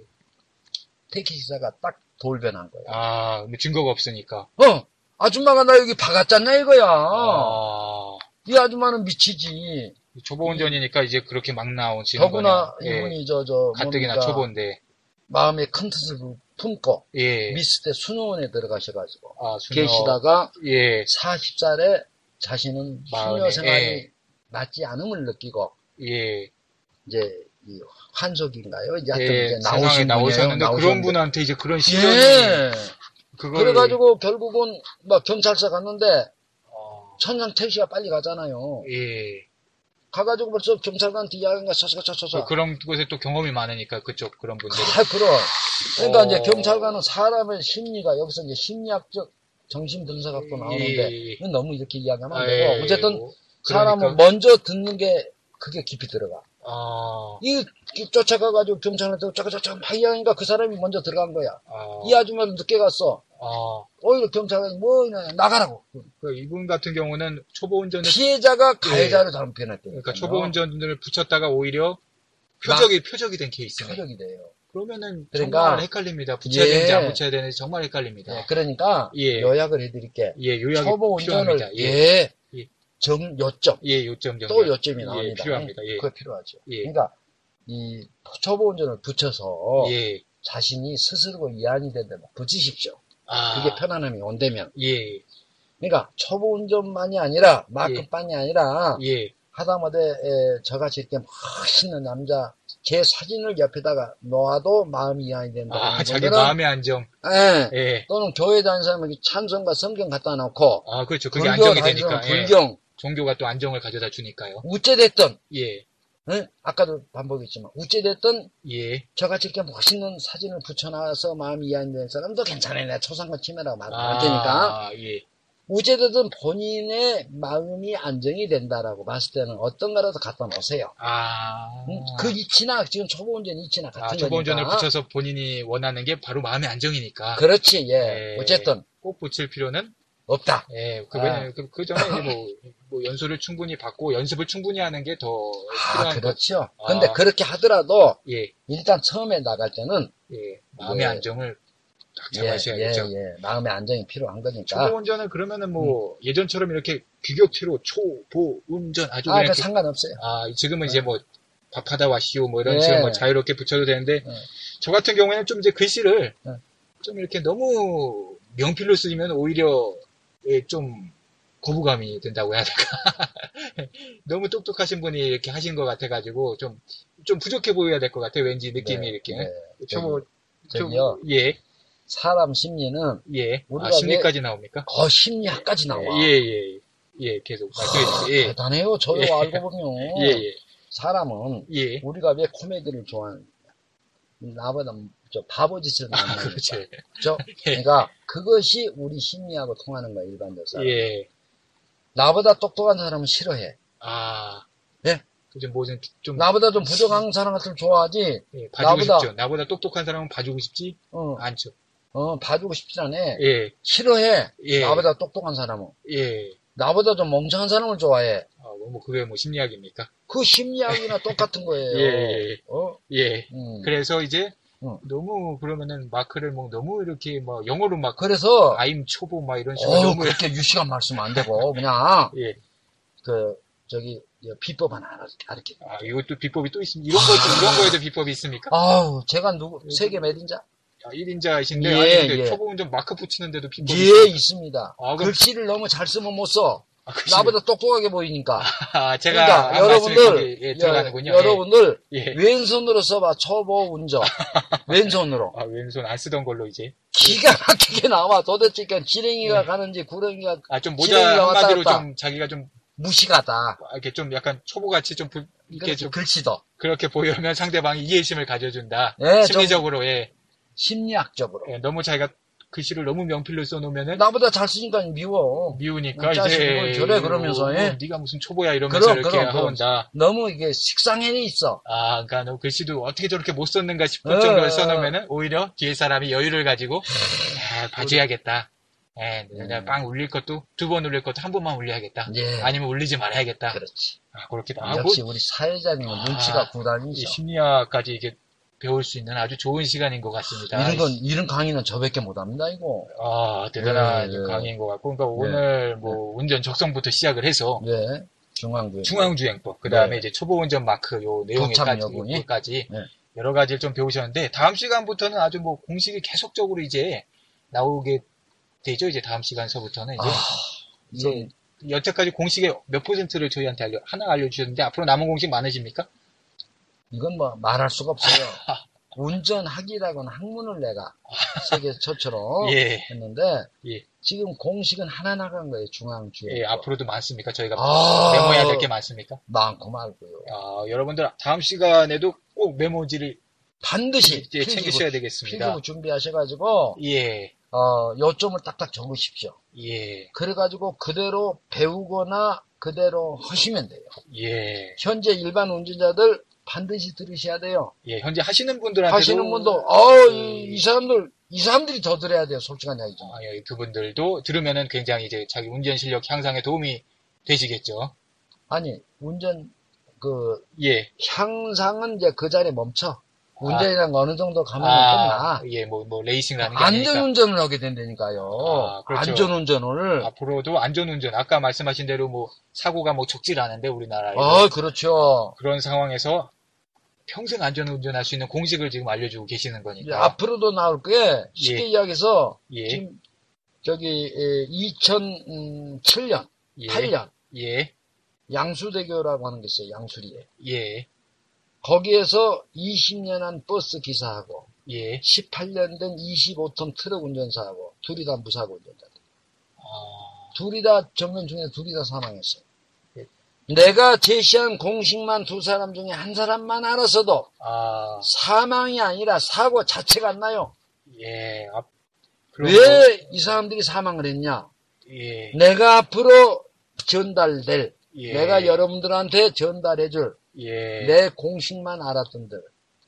[SPEAKER 2] 택시 기사가 딱 돌변한 거예요
[SPEAKER 1] 아, 근데 증거가 없으니까.
[SPEAKER 2] 어 아줌마가 나 여기 박았잖아 이거야
[SPEAKER 1] 아,
[SPEAKER 2] 이 아줌마는 미치지
[SPEAKER 1] 초보 운전이니까 이제 그렇게 막 나오시는
[SPEAKER 2] 더구나
[SPEAKER 1] 거네요. 예.
[SPEAKER 2] 이분이 저저
[SPEAKER 1] 가뜩이나 초보인데.
[SPEAKER 2] 마음에 큰 뜻을 품고
[SPEAKER 1] 예.
[SPEAKER 2] 미스 때 수녀원에 들어가셔가지고
[SPEAKER 1] 아, 수녀.
[SPEAKER 2] 계시다가
[SPEAKER 1] 예,
[SPEAKER 2] 40살에 자신은
[SPEAKER 1] 마흔에,
[SPEAKER 2] 수녀 생활이
[SPEAKER 1] 예.
[SPEAKER 2] 맞지 않음을 느끼고
[SPEAKER 1] 예.
[SPEAKER 2] 이제 이 환속인가요? 이제 하여튼
[SPEAKER 1] 예,
[SPEAKER 2] 이제
[SPEAKER 1] 세상에
[SPEAKER 2] 나오신
[SPEAKER 1] 나오셨는데 그런
[SPEAKER 2] 분이에요. 나오셨는데.
[SPEAKER 1] 분한테 이제 그런 시련이
[SPEAKER 2] 예.
[SPEAKER 1] 그걸
[SPEAKER 2] 그래가지고 결국은 막 경찰서 갔는데
[SPEAKER 1] 어,
[SPEAKER 2] 천장 택시가 빨리 가잖아요.
[SPEAKER 1] 예
[SPEAKER 2] 가가지고 벌써 경찰관한테 이야기가 쳐서 쳐서
[SPEAKER 1] 또
[SPEAKER 2] 쳐서.
[SPEAKER 1] 어, 그런 곳에 또 경험이 많으니까 그쪽 그런 분들이
[SPEAKER 2] 아, 그럼. 그러니까
[SPEAKER 1] 어.
[SPEAKER 2] 이제 경찰관은 사람의 심리가 여기서 이제 심리학적 정신 분석 갖고 나오는데
[SPEAKER 1] 예.
[SPEAKER 2] 이건 너무 이렇게 이야기하면 안
[SPEAKER 1] 아,
[SPEAKER 2] 되고
[SPEAKER 1] 예,
[SPEAKER 2] 어쨌든
[SPEAKER 1] 뭐,
[SPEAKER 2] 사람은
[SPEAKER 1] 그러니까.
[SPEAKER 2] 먼저 듣는 게 그게 깊이 들어가.
[SPEAKER 1] 아,
[SPEAKER 2] 이 쫓아가가지고 경찰한테 쫓아쫓아 막 이야기하니까 그 사람이 먼저 들어간 거야.
[SPEAKER 1] 아,
[SPEAKER 2] 이 아줌마는 늦게 갔어.
[SPEAKER 1] 아.
[SPEAKER 2] 오히려 경찰관이 뭐냐 나가라고.
[SPEAKER 1] 그 이분 같은 경우는 초보 운전을
[SPEAKER 2] 피해자가 가해자를 잘못 변했대.
[SPEAKER 1] 예. 그러니까 초보 운전을 붙였다가 오히려 표적이 표적이 된 케이스네.
[SPEAKER 2] 표적이 돼요.
[SPEAKER 1] 그러면은
[SPEAKER 2] 그러니까-
[SPEAKER 1] 정말 헷갈립니다. 붙여야
[SPEAKER 2] 예.
[SPEAKER 1] 되는지 안 붙여야 되는지 정말 헷갈립니다.
[SPEAKER 2] 네, 그러니까
[SPEAKER 1] 아, 예.
[SPEAKER 2] 요약을 해드릴게.
[SPEAKER 1] 예, 요약이
[SPEAKER 2] 초보
[SPEAKER 1] 필요합니다.
[SPEAKER 2] 운전을
[SPEAKER 1] 예,
[SPEAKER 2] 예,
[SPEAKER 1] 예.
[SPEAKER 2] 정 요점
[SPEAKER 1] 예, 요점 정도.
[SPEAKER 2] 또 요점이
[SPEAKER 1] 예,
[SPEAKER 2] 나옵니다.
[SPEAKER 1] 필요합니다. 예.
[SPEAKER 2] 그게 필요하죠.
[SPEAKER 1] 예.
[SPEAKER 2] 그러니까 이 초보 운전을 붙여서
[SPEAKER 1] 예,
[SPEAKER 2] 자신이 스스로 이안이 된다면 붙이십시오.
[SPEAKER 1] 아,
[SPEAKER 2] 그게 편안함이 온다면.
[SPEAKER 1] 예,
[SPEAKER 2] 그러니까 초보 운전만이 아니라 마크판이 아니라
[SPEAKER 1] 예,
[SPEAKER 2] 하다못해 에, 저같이 이렇게 멋있는 남자 제 사진을 옆에다가 놓아도 마음이 이안이 된다.
[SPEAKER 1] 아, 자기 마음의 안정.
[SPEAKER 2] 예.
[SPEAKER 1] 예.
[SPEAKER 2] 또는 교회 다니는 사람에게 찬송과 성경 갖다 놓고
[SPEAKER 1] 아, 그렇죠. 그게
[SPEAKER 2] 불교
[SPEAKER 1] 안정이
[SPEAKER 2] 다니는
[SPEAKER 1] 되니까.
[SPEAKER 2] 사람
[SPEAKER 1] 예.
[SPEAKER 2] 불경
[SPEAKER 1] 종교가 또 안정을 가져다 주니까요.
[SPEAKER 2] 우째됐던
[SPEAKER 1] 예,
[SPEAKER 2] 응? 아까도 반복했지만 우째됐던
[SPEAKER 1] 예.
[SPEAKER 2] 저같이 이렇게 멋있는 사진을 붙여놔서 마음이 이해되는 사람도 괜찮아요. 내가 초상권 침해라고 말안 할
[SPEAKER 1] 아,
[SPEAKER 2] 테니까
[SPEAKER 1] 예.
[SPEAKER 2] 우째되든 본인의 마음이 안정이 된다라고 봤을 때는 어떤 거라도 갖다 놓으세요.
[SPEAKER 1] 아.
[SPEAKER 2] 응? 그 이치나 지금 초보 운전 이치나 같은
[SPEAKER 1] 아,
[SPEAKER 2] 거니까.
[SPEAKER 1] 초보 운전을 붙여서 본인이 원하는 게 바로 마음의 안정이니까.
[SPEAKER 2] 그렇지, 예.
[SPEAKER 1] 예.
[SPEAKER 2] 어쨌든
[SPEAKER 1] 꼭 붙일 필요는
[SPEAKER 2] 없다.
[SPEAKER 1] 예, 그
[SPEAKER 2] 아.
[SPEAKER 1] 왜냐면 그, 그 전에 이제 뭐, 뭐 연수를 충분히 받고 연습을 충분히 하는 게 더
[SPEAKER 2] 아,
[SPEAKER 1] 필요한 것.
[SPEAKER 2] 그렇죠.
[SPEAKER 1] 아.
[SPEAKER 2] 근데 그렇게 하더라도
[SPEAKER 1] 예,
[SPEAKER 2] 일단 처음에 나갈 때는
[SPEAKER 1] 예, 마음의
[SPEAKER 2] 예.
[SPEAKER 1] 안정을 딱
[SPEAKER 2] 예, 예, 아.
[SPEAKER 1] 잡아셔야겠죠.
[SPEAKER 2] 예. 마음의 안정이 필요한 거니까.
[SPEAKER 1] 초보 운전은 그러면은
[SPEAKER 2] 음.
[SPEAKER 1] 뭐 예전처럼 이렇게 규격체로 초보 음 운전 아주
[SPEAKER 2] 아,
[SPEAKER 1] 그냥
[SPEAKER 2] 그 상관없어요.
[SPEAKER 1] 아, 지금은 이제 뭐, 밥하다 와시오, 뭐 이런
[SPEAKER 2] 네.
[SPEAKER 1] 식으로 뭐 자유롭게 붙여도 되는데,
[SPEAKER 2] 네.
[SPEAKER 1] 저 같은 경우에는 좀 이제 글씨를
[SPEAKER 2] 네.
[SPEAKER 1] 좀 이렇게 너무 명필로 쓰면 오히려 예, 좀 거부감이 든다고 해야 될까. 너무 똑똑하신 분이 이렇게 하신 것 같아가지고, 좀, 좀 부족해 보여야 될 것 같아요. 왠지 느낌이
[SPEAKER 2] 네,
[SPEAKER 1] 이렇게.
[SPEAKER 2] 네.
[SPEAKER 1] 좀, 좀,
[SPEAKER 2] 저기요.
[SPEAKER 1] 예,
[SPEAKER 2] 사람 심리는
[SPEAKER 1] 예. 아,
[SPEAKER 2] 우리가
[SPEAKER 1] 심리까지 나옵니까?
[SPEAKER 2] 어, 심리학까지 나와.
[SPEAKER 1] 예, 예, 예. 계속 말씀해주세요. 예,
[SPEAKER 2] 대단해요. 저도
[SPEAKER 1] 예.
[SPEAKER 2] 알고 보면
[SPEAKER 1] 예, 예,
[SPEAKER 2] 사람은
[SPEAKER 1] 예.
[SPEAKER 2] 우리가 왜 코미디를 좋아하는 나보다 저 바보짓을 많이
[SPEAKER 1] 아,
[SPEAKER 2] 하는
[SPEAKER 1] 그렇죠.
[SPEAKER 2] 거죠. 그러니까 그것이 우리 심리하고 통하는 거예요. 일반적 사람.
[SPEAKER 1] 예.
[SPEAKER 2] 나보다 똑똑한 사람은 싫어해.
[SPEAKER 1] 아.
[SPEAKER 2] 예.
[SPEAKER 1] 요즘 뭐좀 좀
[SPEAKER 2] 나보다 좀 부족한 사람 같은 걸 좋아하지.
[SPEAKER 1] 예, 봐주고
[SPEAKER 2] 나보다-
[SPEAKER 1] 싶죠. 나보다 똑똑한 사람은 봐주고 싶지
[SPEAKER 2] 어,
[SPEAKER 1] 않죠.
[SPEAKER 2] 어, 봐주고 싶진 않아.
[SPEAKER 1] 예,
[SPEAKER 2] 싫어해.
[SPEAKER 1] 예,
[SPEAKER 2] 나보다 똑똑한 사람은.
[SPEAKER 1] 예.
[SPEAKER 2] 나보다 좀 멍청한 사람을 좋아해.
[SPEAKER 1] 아, 뭐 그게 뭐 심리학입니까?
[SPEAKER 2] 그 심리학이나 똑같은 거예요.
[SPEAKER 1] 예, 예,
[SPEAKER 2] 어?
[SPEAKER 1] 예.
[SPEAKER 2] 음.
[SPEAKER 1] 그래서 이제
[SPEAKER 2] 응.
[SPEAKER 1] 너무 그러면은 마크를 뭐 너무 이렇게 뭐 영어로 막
[SPEAKER 2] 그래서
[SPEAKER 1] 아임 초보 막 이런 식으로
[SPEAKER 2] 어
[SPEAKER 1] 너무
[SPEAKER 2] 그렇게 유식한 말씀 안 되고 그냥
[SPEAKER 1] 예.
[SPEAKER 2] 그 저기 저 비법 하나 알려게
[SPEAKER 1] 아, 이것도 비법이 또 있습니다. 이런
[SPEAKER 2] 아.
[SPEAKER 1] 거에 이런 거에도 비법이 있습니까?
[SPEAKER 2] 아우 제가 누구
[SPEAKER 1] 예.
[SPEAKER 2] 세계 매딘자
[SPEAKER 1] 아, 1인자이신데
[SPEAKER 2] 예,
[SPEAKER 1] 아닌데
[SPEAKER 2] 예.
[SPEAKER 1] 초보 운전 마크 붙이는데도 비법이
[SPEAKER 2] 예
[SPEAKER 1] 있습니까?
[SPEAKER 2] 있습니다.
[SPEAKER 1] 아, 그럼-
[SPEAKER 2] 글씨를 너무 잘 쓰면 못 써.
[SPEAKER 1] 아, 그치.
[SPEAKER 2] 나보다 똑똑하게 보이니까.
[SPEAKER 1] 아, 제가
[SPEAKER 2] 그러니까
[SPEAKER 1] 안 말씀이
[SPEAKER 2] 여러분들
[SPEAKER 1] 거기, 예, 들어가는군요.
[SPEAKER 2] 여- 여러분들
[SPEAKER 1] 예. 예.
[SPEAKER 2] 왼손으로 써봐 초보 운전 왼손으로
[SPEAKER 1] 아, 왼손 안 쓰던 걸로 이제.
[SPEAKER 2] 기가 막히게 나와 도대체 그냥
[SPEAKER 1] 예.
[SPEAKER 2] 지렁이가 가는지 구렁이가
[SPEAKER 1] 아, 좀 모자
[SPEAKER 2] 진행이
[SPEAKER 1] 한마디로
[SPEAKER 2] 왔다 갔다.
[SPEAKER 1] 좀 자기가 좀
[SPEAKER 2] 무식하다.
[SPEAKER 1] 이렇게 좀 약간 초보같이 좀 부- 이렇게
[SPEAKER 2] 그렇지,
[SPEAKER 1] 좀
[SPEAKER 2] 글씨도
[SPEAKER 1] 그렇게 보이면 상대방이 이해심을 가져준다.
[SPEAKER 2] 예, 좀-
[SPEAKER 1] 심리적으로 예.
[SPEAKER 2] 심리학적으로.
[SPEAKER 1] 예, 너무 자기가 글씨를 너무 명필로 써놓으면은
[SPEAKER 2] 나보다 잘 쓰니까 미워.
[SPEAKER 1] 미우니까
[SPEAKER 2] 이 자식이
[SPEAKER 1] 이제
[SPEAKER 2] 뭘 저래, 그러면서, 예.
[SPEAKER 1] 어, 네가 무슨 초보야 이러면서
[SPEAKER 2] 그럼,
[SPEAKER 1] 이렇게
[SPEAKER 2] 그럼, 그럼.
[SPEAKER 1] 하온다.
[SPEAKER 2] 너무 이게 식상해이 있어.
[SPEAKER 1] 아, 그러니까 너 글씨도 어떻게 저렇게 못 썼는가 싶을
[SPEAKER 2] 예,
[SPEAKER 1] 정도를
[SPEAKER 2] 예.
[SPEAKER 1] 써놓으면은 오히려 뒤에 사람이 여유를 가지고 아, 봐줘야겠다. 예,
[SPEAKER 2] 음.
[SPEAKER 1] 그냥 빵 울릴 것도 두 번 울릴 것도 한 번만 울려야겠다.
[SPEAKER 2] 예.
[SPEAKER 1] 아니면 울리지 말아야겠다.
[SPEAKER 2] 그렇지.
[SPEAKER 1] 아, 그렇기도 하고
[SPEAKER 2] 역시 우리 사회자님은
[SPEAKER 1] 아,
[SPEAKER 2] 눈치가
[SPEAKER 1] 이
[SPEAKER 2] 구단이죠.
[SPEAKER 1] 심리학까지 이게 배울 수 있는 아주 좋은 시간인 것 같습니다.
[SPEAKER 2] 이런 건 이런 강의는 저밖에 못합니다 이거.
[SPEAKER 1] 아, 대단한
[SPEAKER 2] 예, 예.
[SPEAKER 1] 강의인 것 같고, 그러니까
[SPEAKER 2] 네.
[SPEAKER 1] 오늘 뭐 운전 적성부터 시작을 해서
[SPEAKER 2] 예. 중앙부.
[SPEAKER 1] 중앙주행법, 그 다음에
[SPEAKER 2] 네.
[SPEAKER 1] 이제 초보 운전 마크 요
[SPEAKER 2] 도착
[SPEAKER 1] 내용에까지
[SPEAKER 2] 여부니?
[SPEAKER 1] 요거까지
[SPEAKER 2] 네.
[SPEAKER 1] 여러 가지를 좀 배우셨는데 다음 시간부터는 아주 뭐 공식이 계속적으로 이제 나오게 되죠. 이제 다음 시간서부터는 이제
[SPEAKER 2] 아,
[SPEAKER 1] 네.
[SPEAKER 2] 이제
[SPEAKER 1] 여태까지 공식의 몇 퍼센트를 저희한테 알려 하나 알려주셨는데 앞으로 남은 공식 많으십니까?
[SPEAKER 2] 이건 뭐 말할 수가 없어요. 운전학이라고는 학문을 내가 세계 최초로
[SPEAKER 1] 예,
[SPEAKER 2] 했는데
[SPEAKER 1] 예.
[SPEAKER 2] 지금 공식은 하나 나간 거예요 중앙주에.
[SPEAKER 1] 예, 앞으로도 많습니까? 저희가
[SPEAKER 2] 아.
[SPEAKER 1] 메모해야 될 게 많습니까?
[SPEAKER 2] 많고 말고요.
[SPEAKER 1] 아, 여러분들 다음 시간에도 꼭 메모지를
[SPEAKER 2] 반드시
[SPEAKER 1] 이제 예, 챙기셔야 되겠습니다.
[SPEAKER 2] 필기구 준비하셔가지고
[SPEAKER 1] 예,
[SPEAKER 2] 어, 요점을 딱딱 적으십시오.
[SPEAKER 1] 예,
[SPEAKER 2] 그래가지고 그대로 배우거나 그대로 하시면 돼요.
[SPEAKER 1] 예,
[SPEAKER 2] 현재 일반 운전자들 반드시 들으셔야 돼요.
[SPEAKER 1] 예. 현재 하시는 분들한테도
[SPEAKER 2] 하시는 분도 어우 이,
[SPEAKER 1] 음.
[SPEAKER 2] 이 사람들 이 사람들이 더 들어야 돼요. 솔직한 이야기죠.
[SPEAKER 1] 아, 예, 그분들도 들으면은 굉장히 이제 자기 운전 실력 향상에 도움이 되시겠죠.
[SPEAKER 2] 아니 운전 그
[SPEAKER 1] 예.
[SPEAKER 2] 향상은 이제 그 자리에 멈춰. 운전이란 거 어느 정도 가면
[SPEAKER 1] 아,
[SPEAKER 2] 끝나.
[SPEAKER 1] 예, 뭐, 뭐, 레이싱라는 게 아니니까.
[SPEAKER 2] 안전운전을 하게 된다니까요.
[SPEAKER 1] 아, 그렇죠.
[SPEAKER 2] 안전운전을.
[SPEAKER 1] 앞으로도 안전운전. 아까 말씀하신 대로 뭐, 사고가 뭐 적질 않은데, 우리나라에.
[SPEAKER 2] 어, 그렇죠.
[SPEAKER 1] 그런 상황에서 평생 안전운전 할 수 있는 공식을 지금 알려주고 계시는
[SPEAKER 2] 이제
[SPEAKER 1] 거니까.
[SPEAKER 2] 앞으로도 나올 게 쉽게
[SPEAKER 1] 예.
[SPEAKER 2] 이야기해서
[SPEAKER 1] 예.
[SPEAKER 2] 지금 저기 2007년,
[SPEAKER 1] 예.
[SPEAKER 2] 8년
[SPEAKER 1] 예.
[SPEAKER 2] 양수대교라고 하는 게 있어요. 양수리에.
[SPEAKER 1] 예.
[SPEAKER 2] 거기에서 20년 한 버스 기사하고
[SPEAKER 1] 예.
[SPEAKER 2] 18년 된 25톤 트럭 운전사하고 둘이 다 무사고 운전자.
[SPEAKER 1] 아,
[SPEAKER 2] 둘이 다 정면 중에 둘이 다 사망했어요.
[SPEAKER 1] 예.
[SPEAKER 2] 내가 제시한 공식만 두 사람 중에 한 사람만 알았어도
[SPEAKER 1] 아,
[SPEAKER 2] 사망이 아니라 사고 자체가 안 나요.
[SPEAKER 1] 예. 앞, 그런
[SPEAKER 2] 왜 이 사람들이 사망을 했냐?
[SPEAKER 1] 거- 예.
[SPEAKER 2] 내가 앞으로 전달될,
[SPEAKER 1] 예.
[SPEAKER 2] 내가 여러분들한테 전달해줄
[SPEAKER 1] 예.
[SPEAKER 2] 내 공식만 알았던들.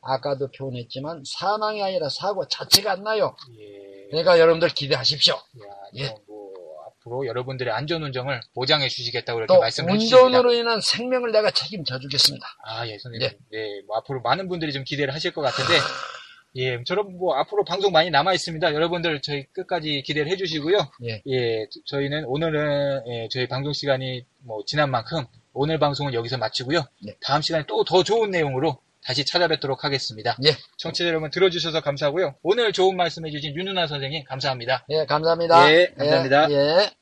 [SPEAKER 2] 아까도 표현했지만 사망이 아니라 사고 자체가 안 나요.
[SPEAKER 1] 예.
[SPEAKER 2] 그러니까 여러분들 기대하십시오.
[SPEAKER 1] 야,
[SPEAKER 2] 예.
[SPEAKER 1] 이거 뭐 앞으로 여러분들의 안전 운전을 보장해 주시겠다고 이렇게
[SPEAKER 2] 또
[SPEAKER 1] 말씀을 해주십니다.
[SPEAKER 2] 운전으로 인한 생명을 내가 책임져 주겠습니다.
[SPEAKER 1] 아, 예, 선생님. 네, 뭐 앞으로 많은 분들이 좀 기대를 하실 것 같은데, 예, 저런 뭐 앞으로 방송 많이 남아 있습니다. 여러분들 저희 끝까지 기대를 해주시고요.
[SPEAKER 2] 예.
[SPEAKER 1] 저- 저희는 오늘은 예, 저희 방송 시간이 뭐 지난 만큼 오늘 방송은 여기서 마치고요.
[SPEAKER 2] 네.
[SPEAKER 1] 다음 시간에 또 더 좋은 내용으로 다시 찾아뵙도록 하겠습니다.
[SPEAKER 2] 예.
[SPEAKER 1] 청취자 여러분 들어주셔서 감사하고요. 오늘 좋은 말씀해주신 윤은아 선생님 감사합니다.
[SPEAKER 2] 예, 감사합니다.
[SPEAKER 1] 예, 감사합니다.
[SPEAKER 2] 예, 예.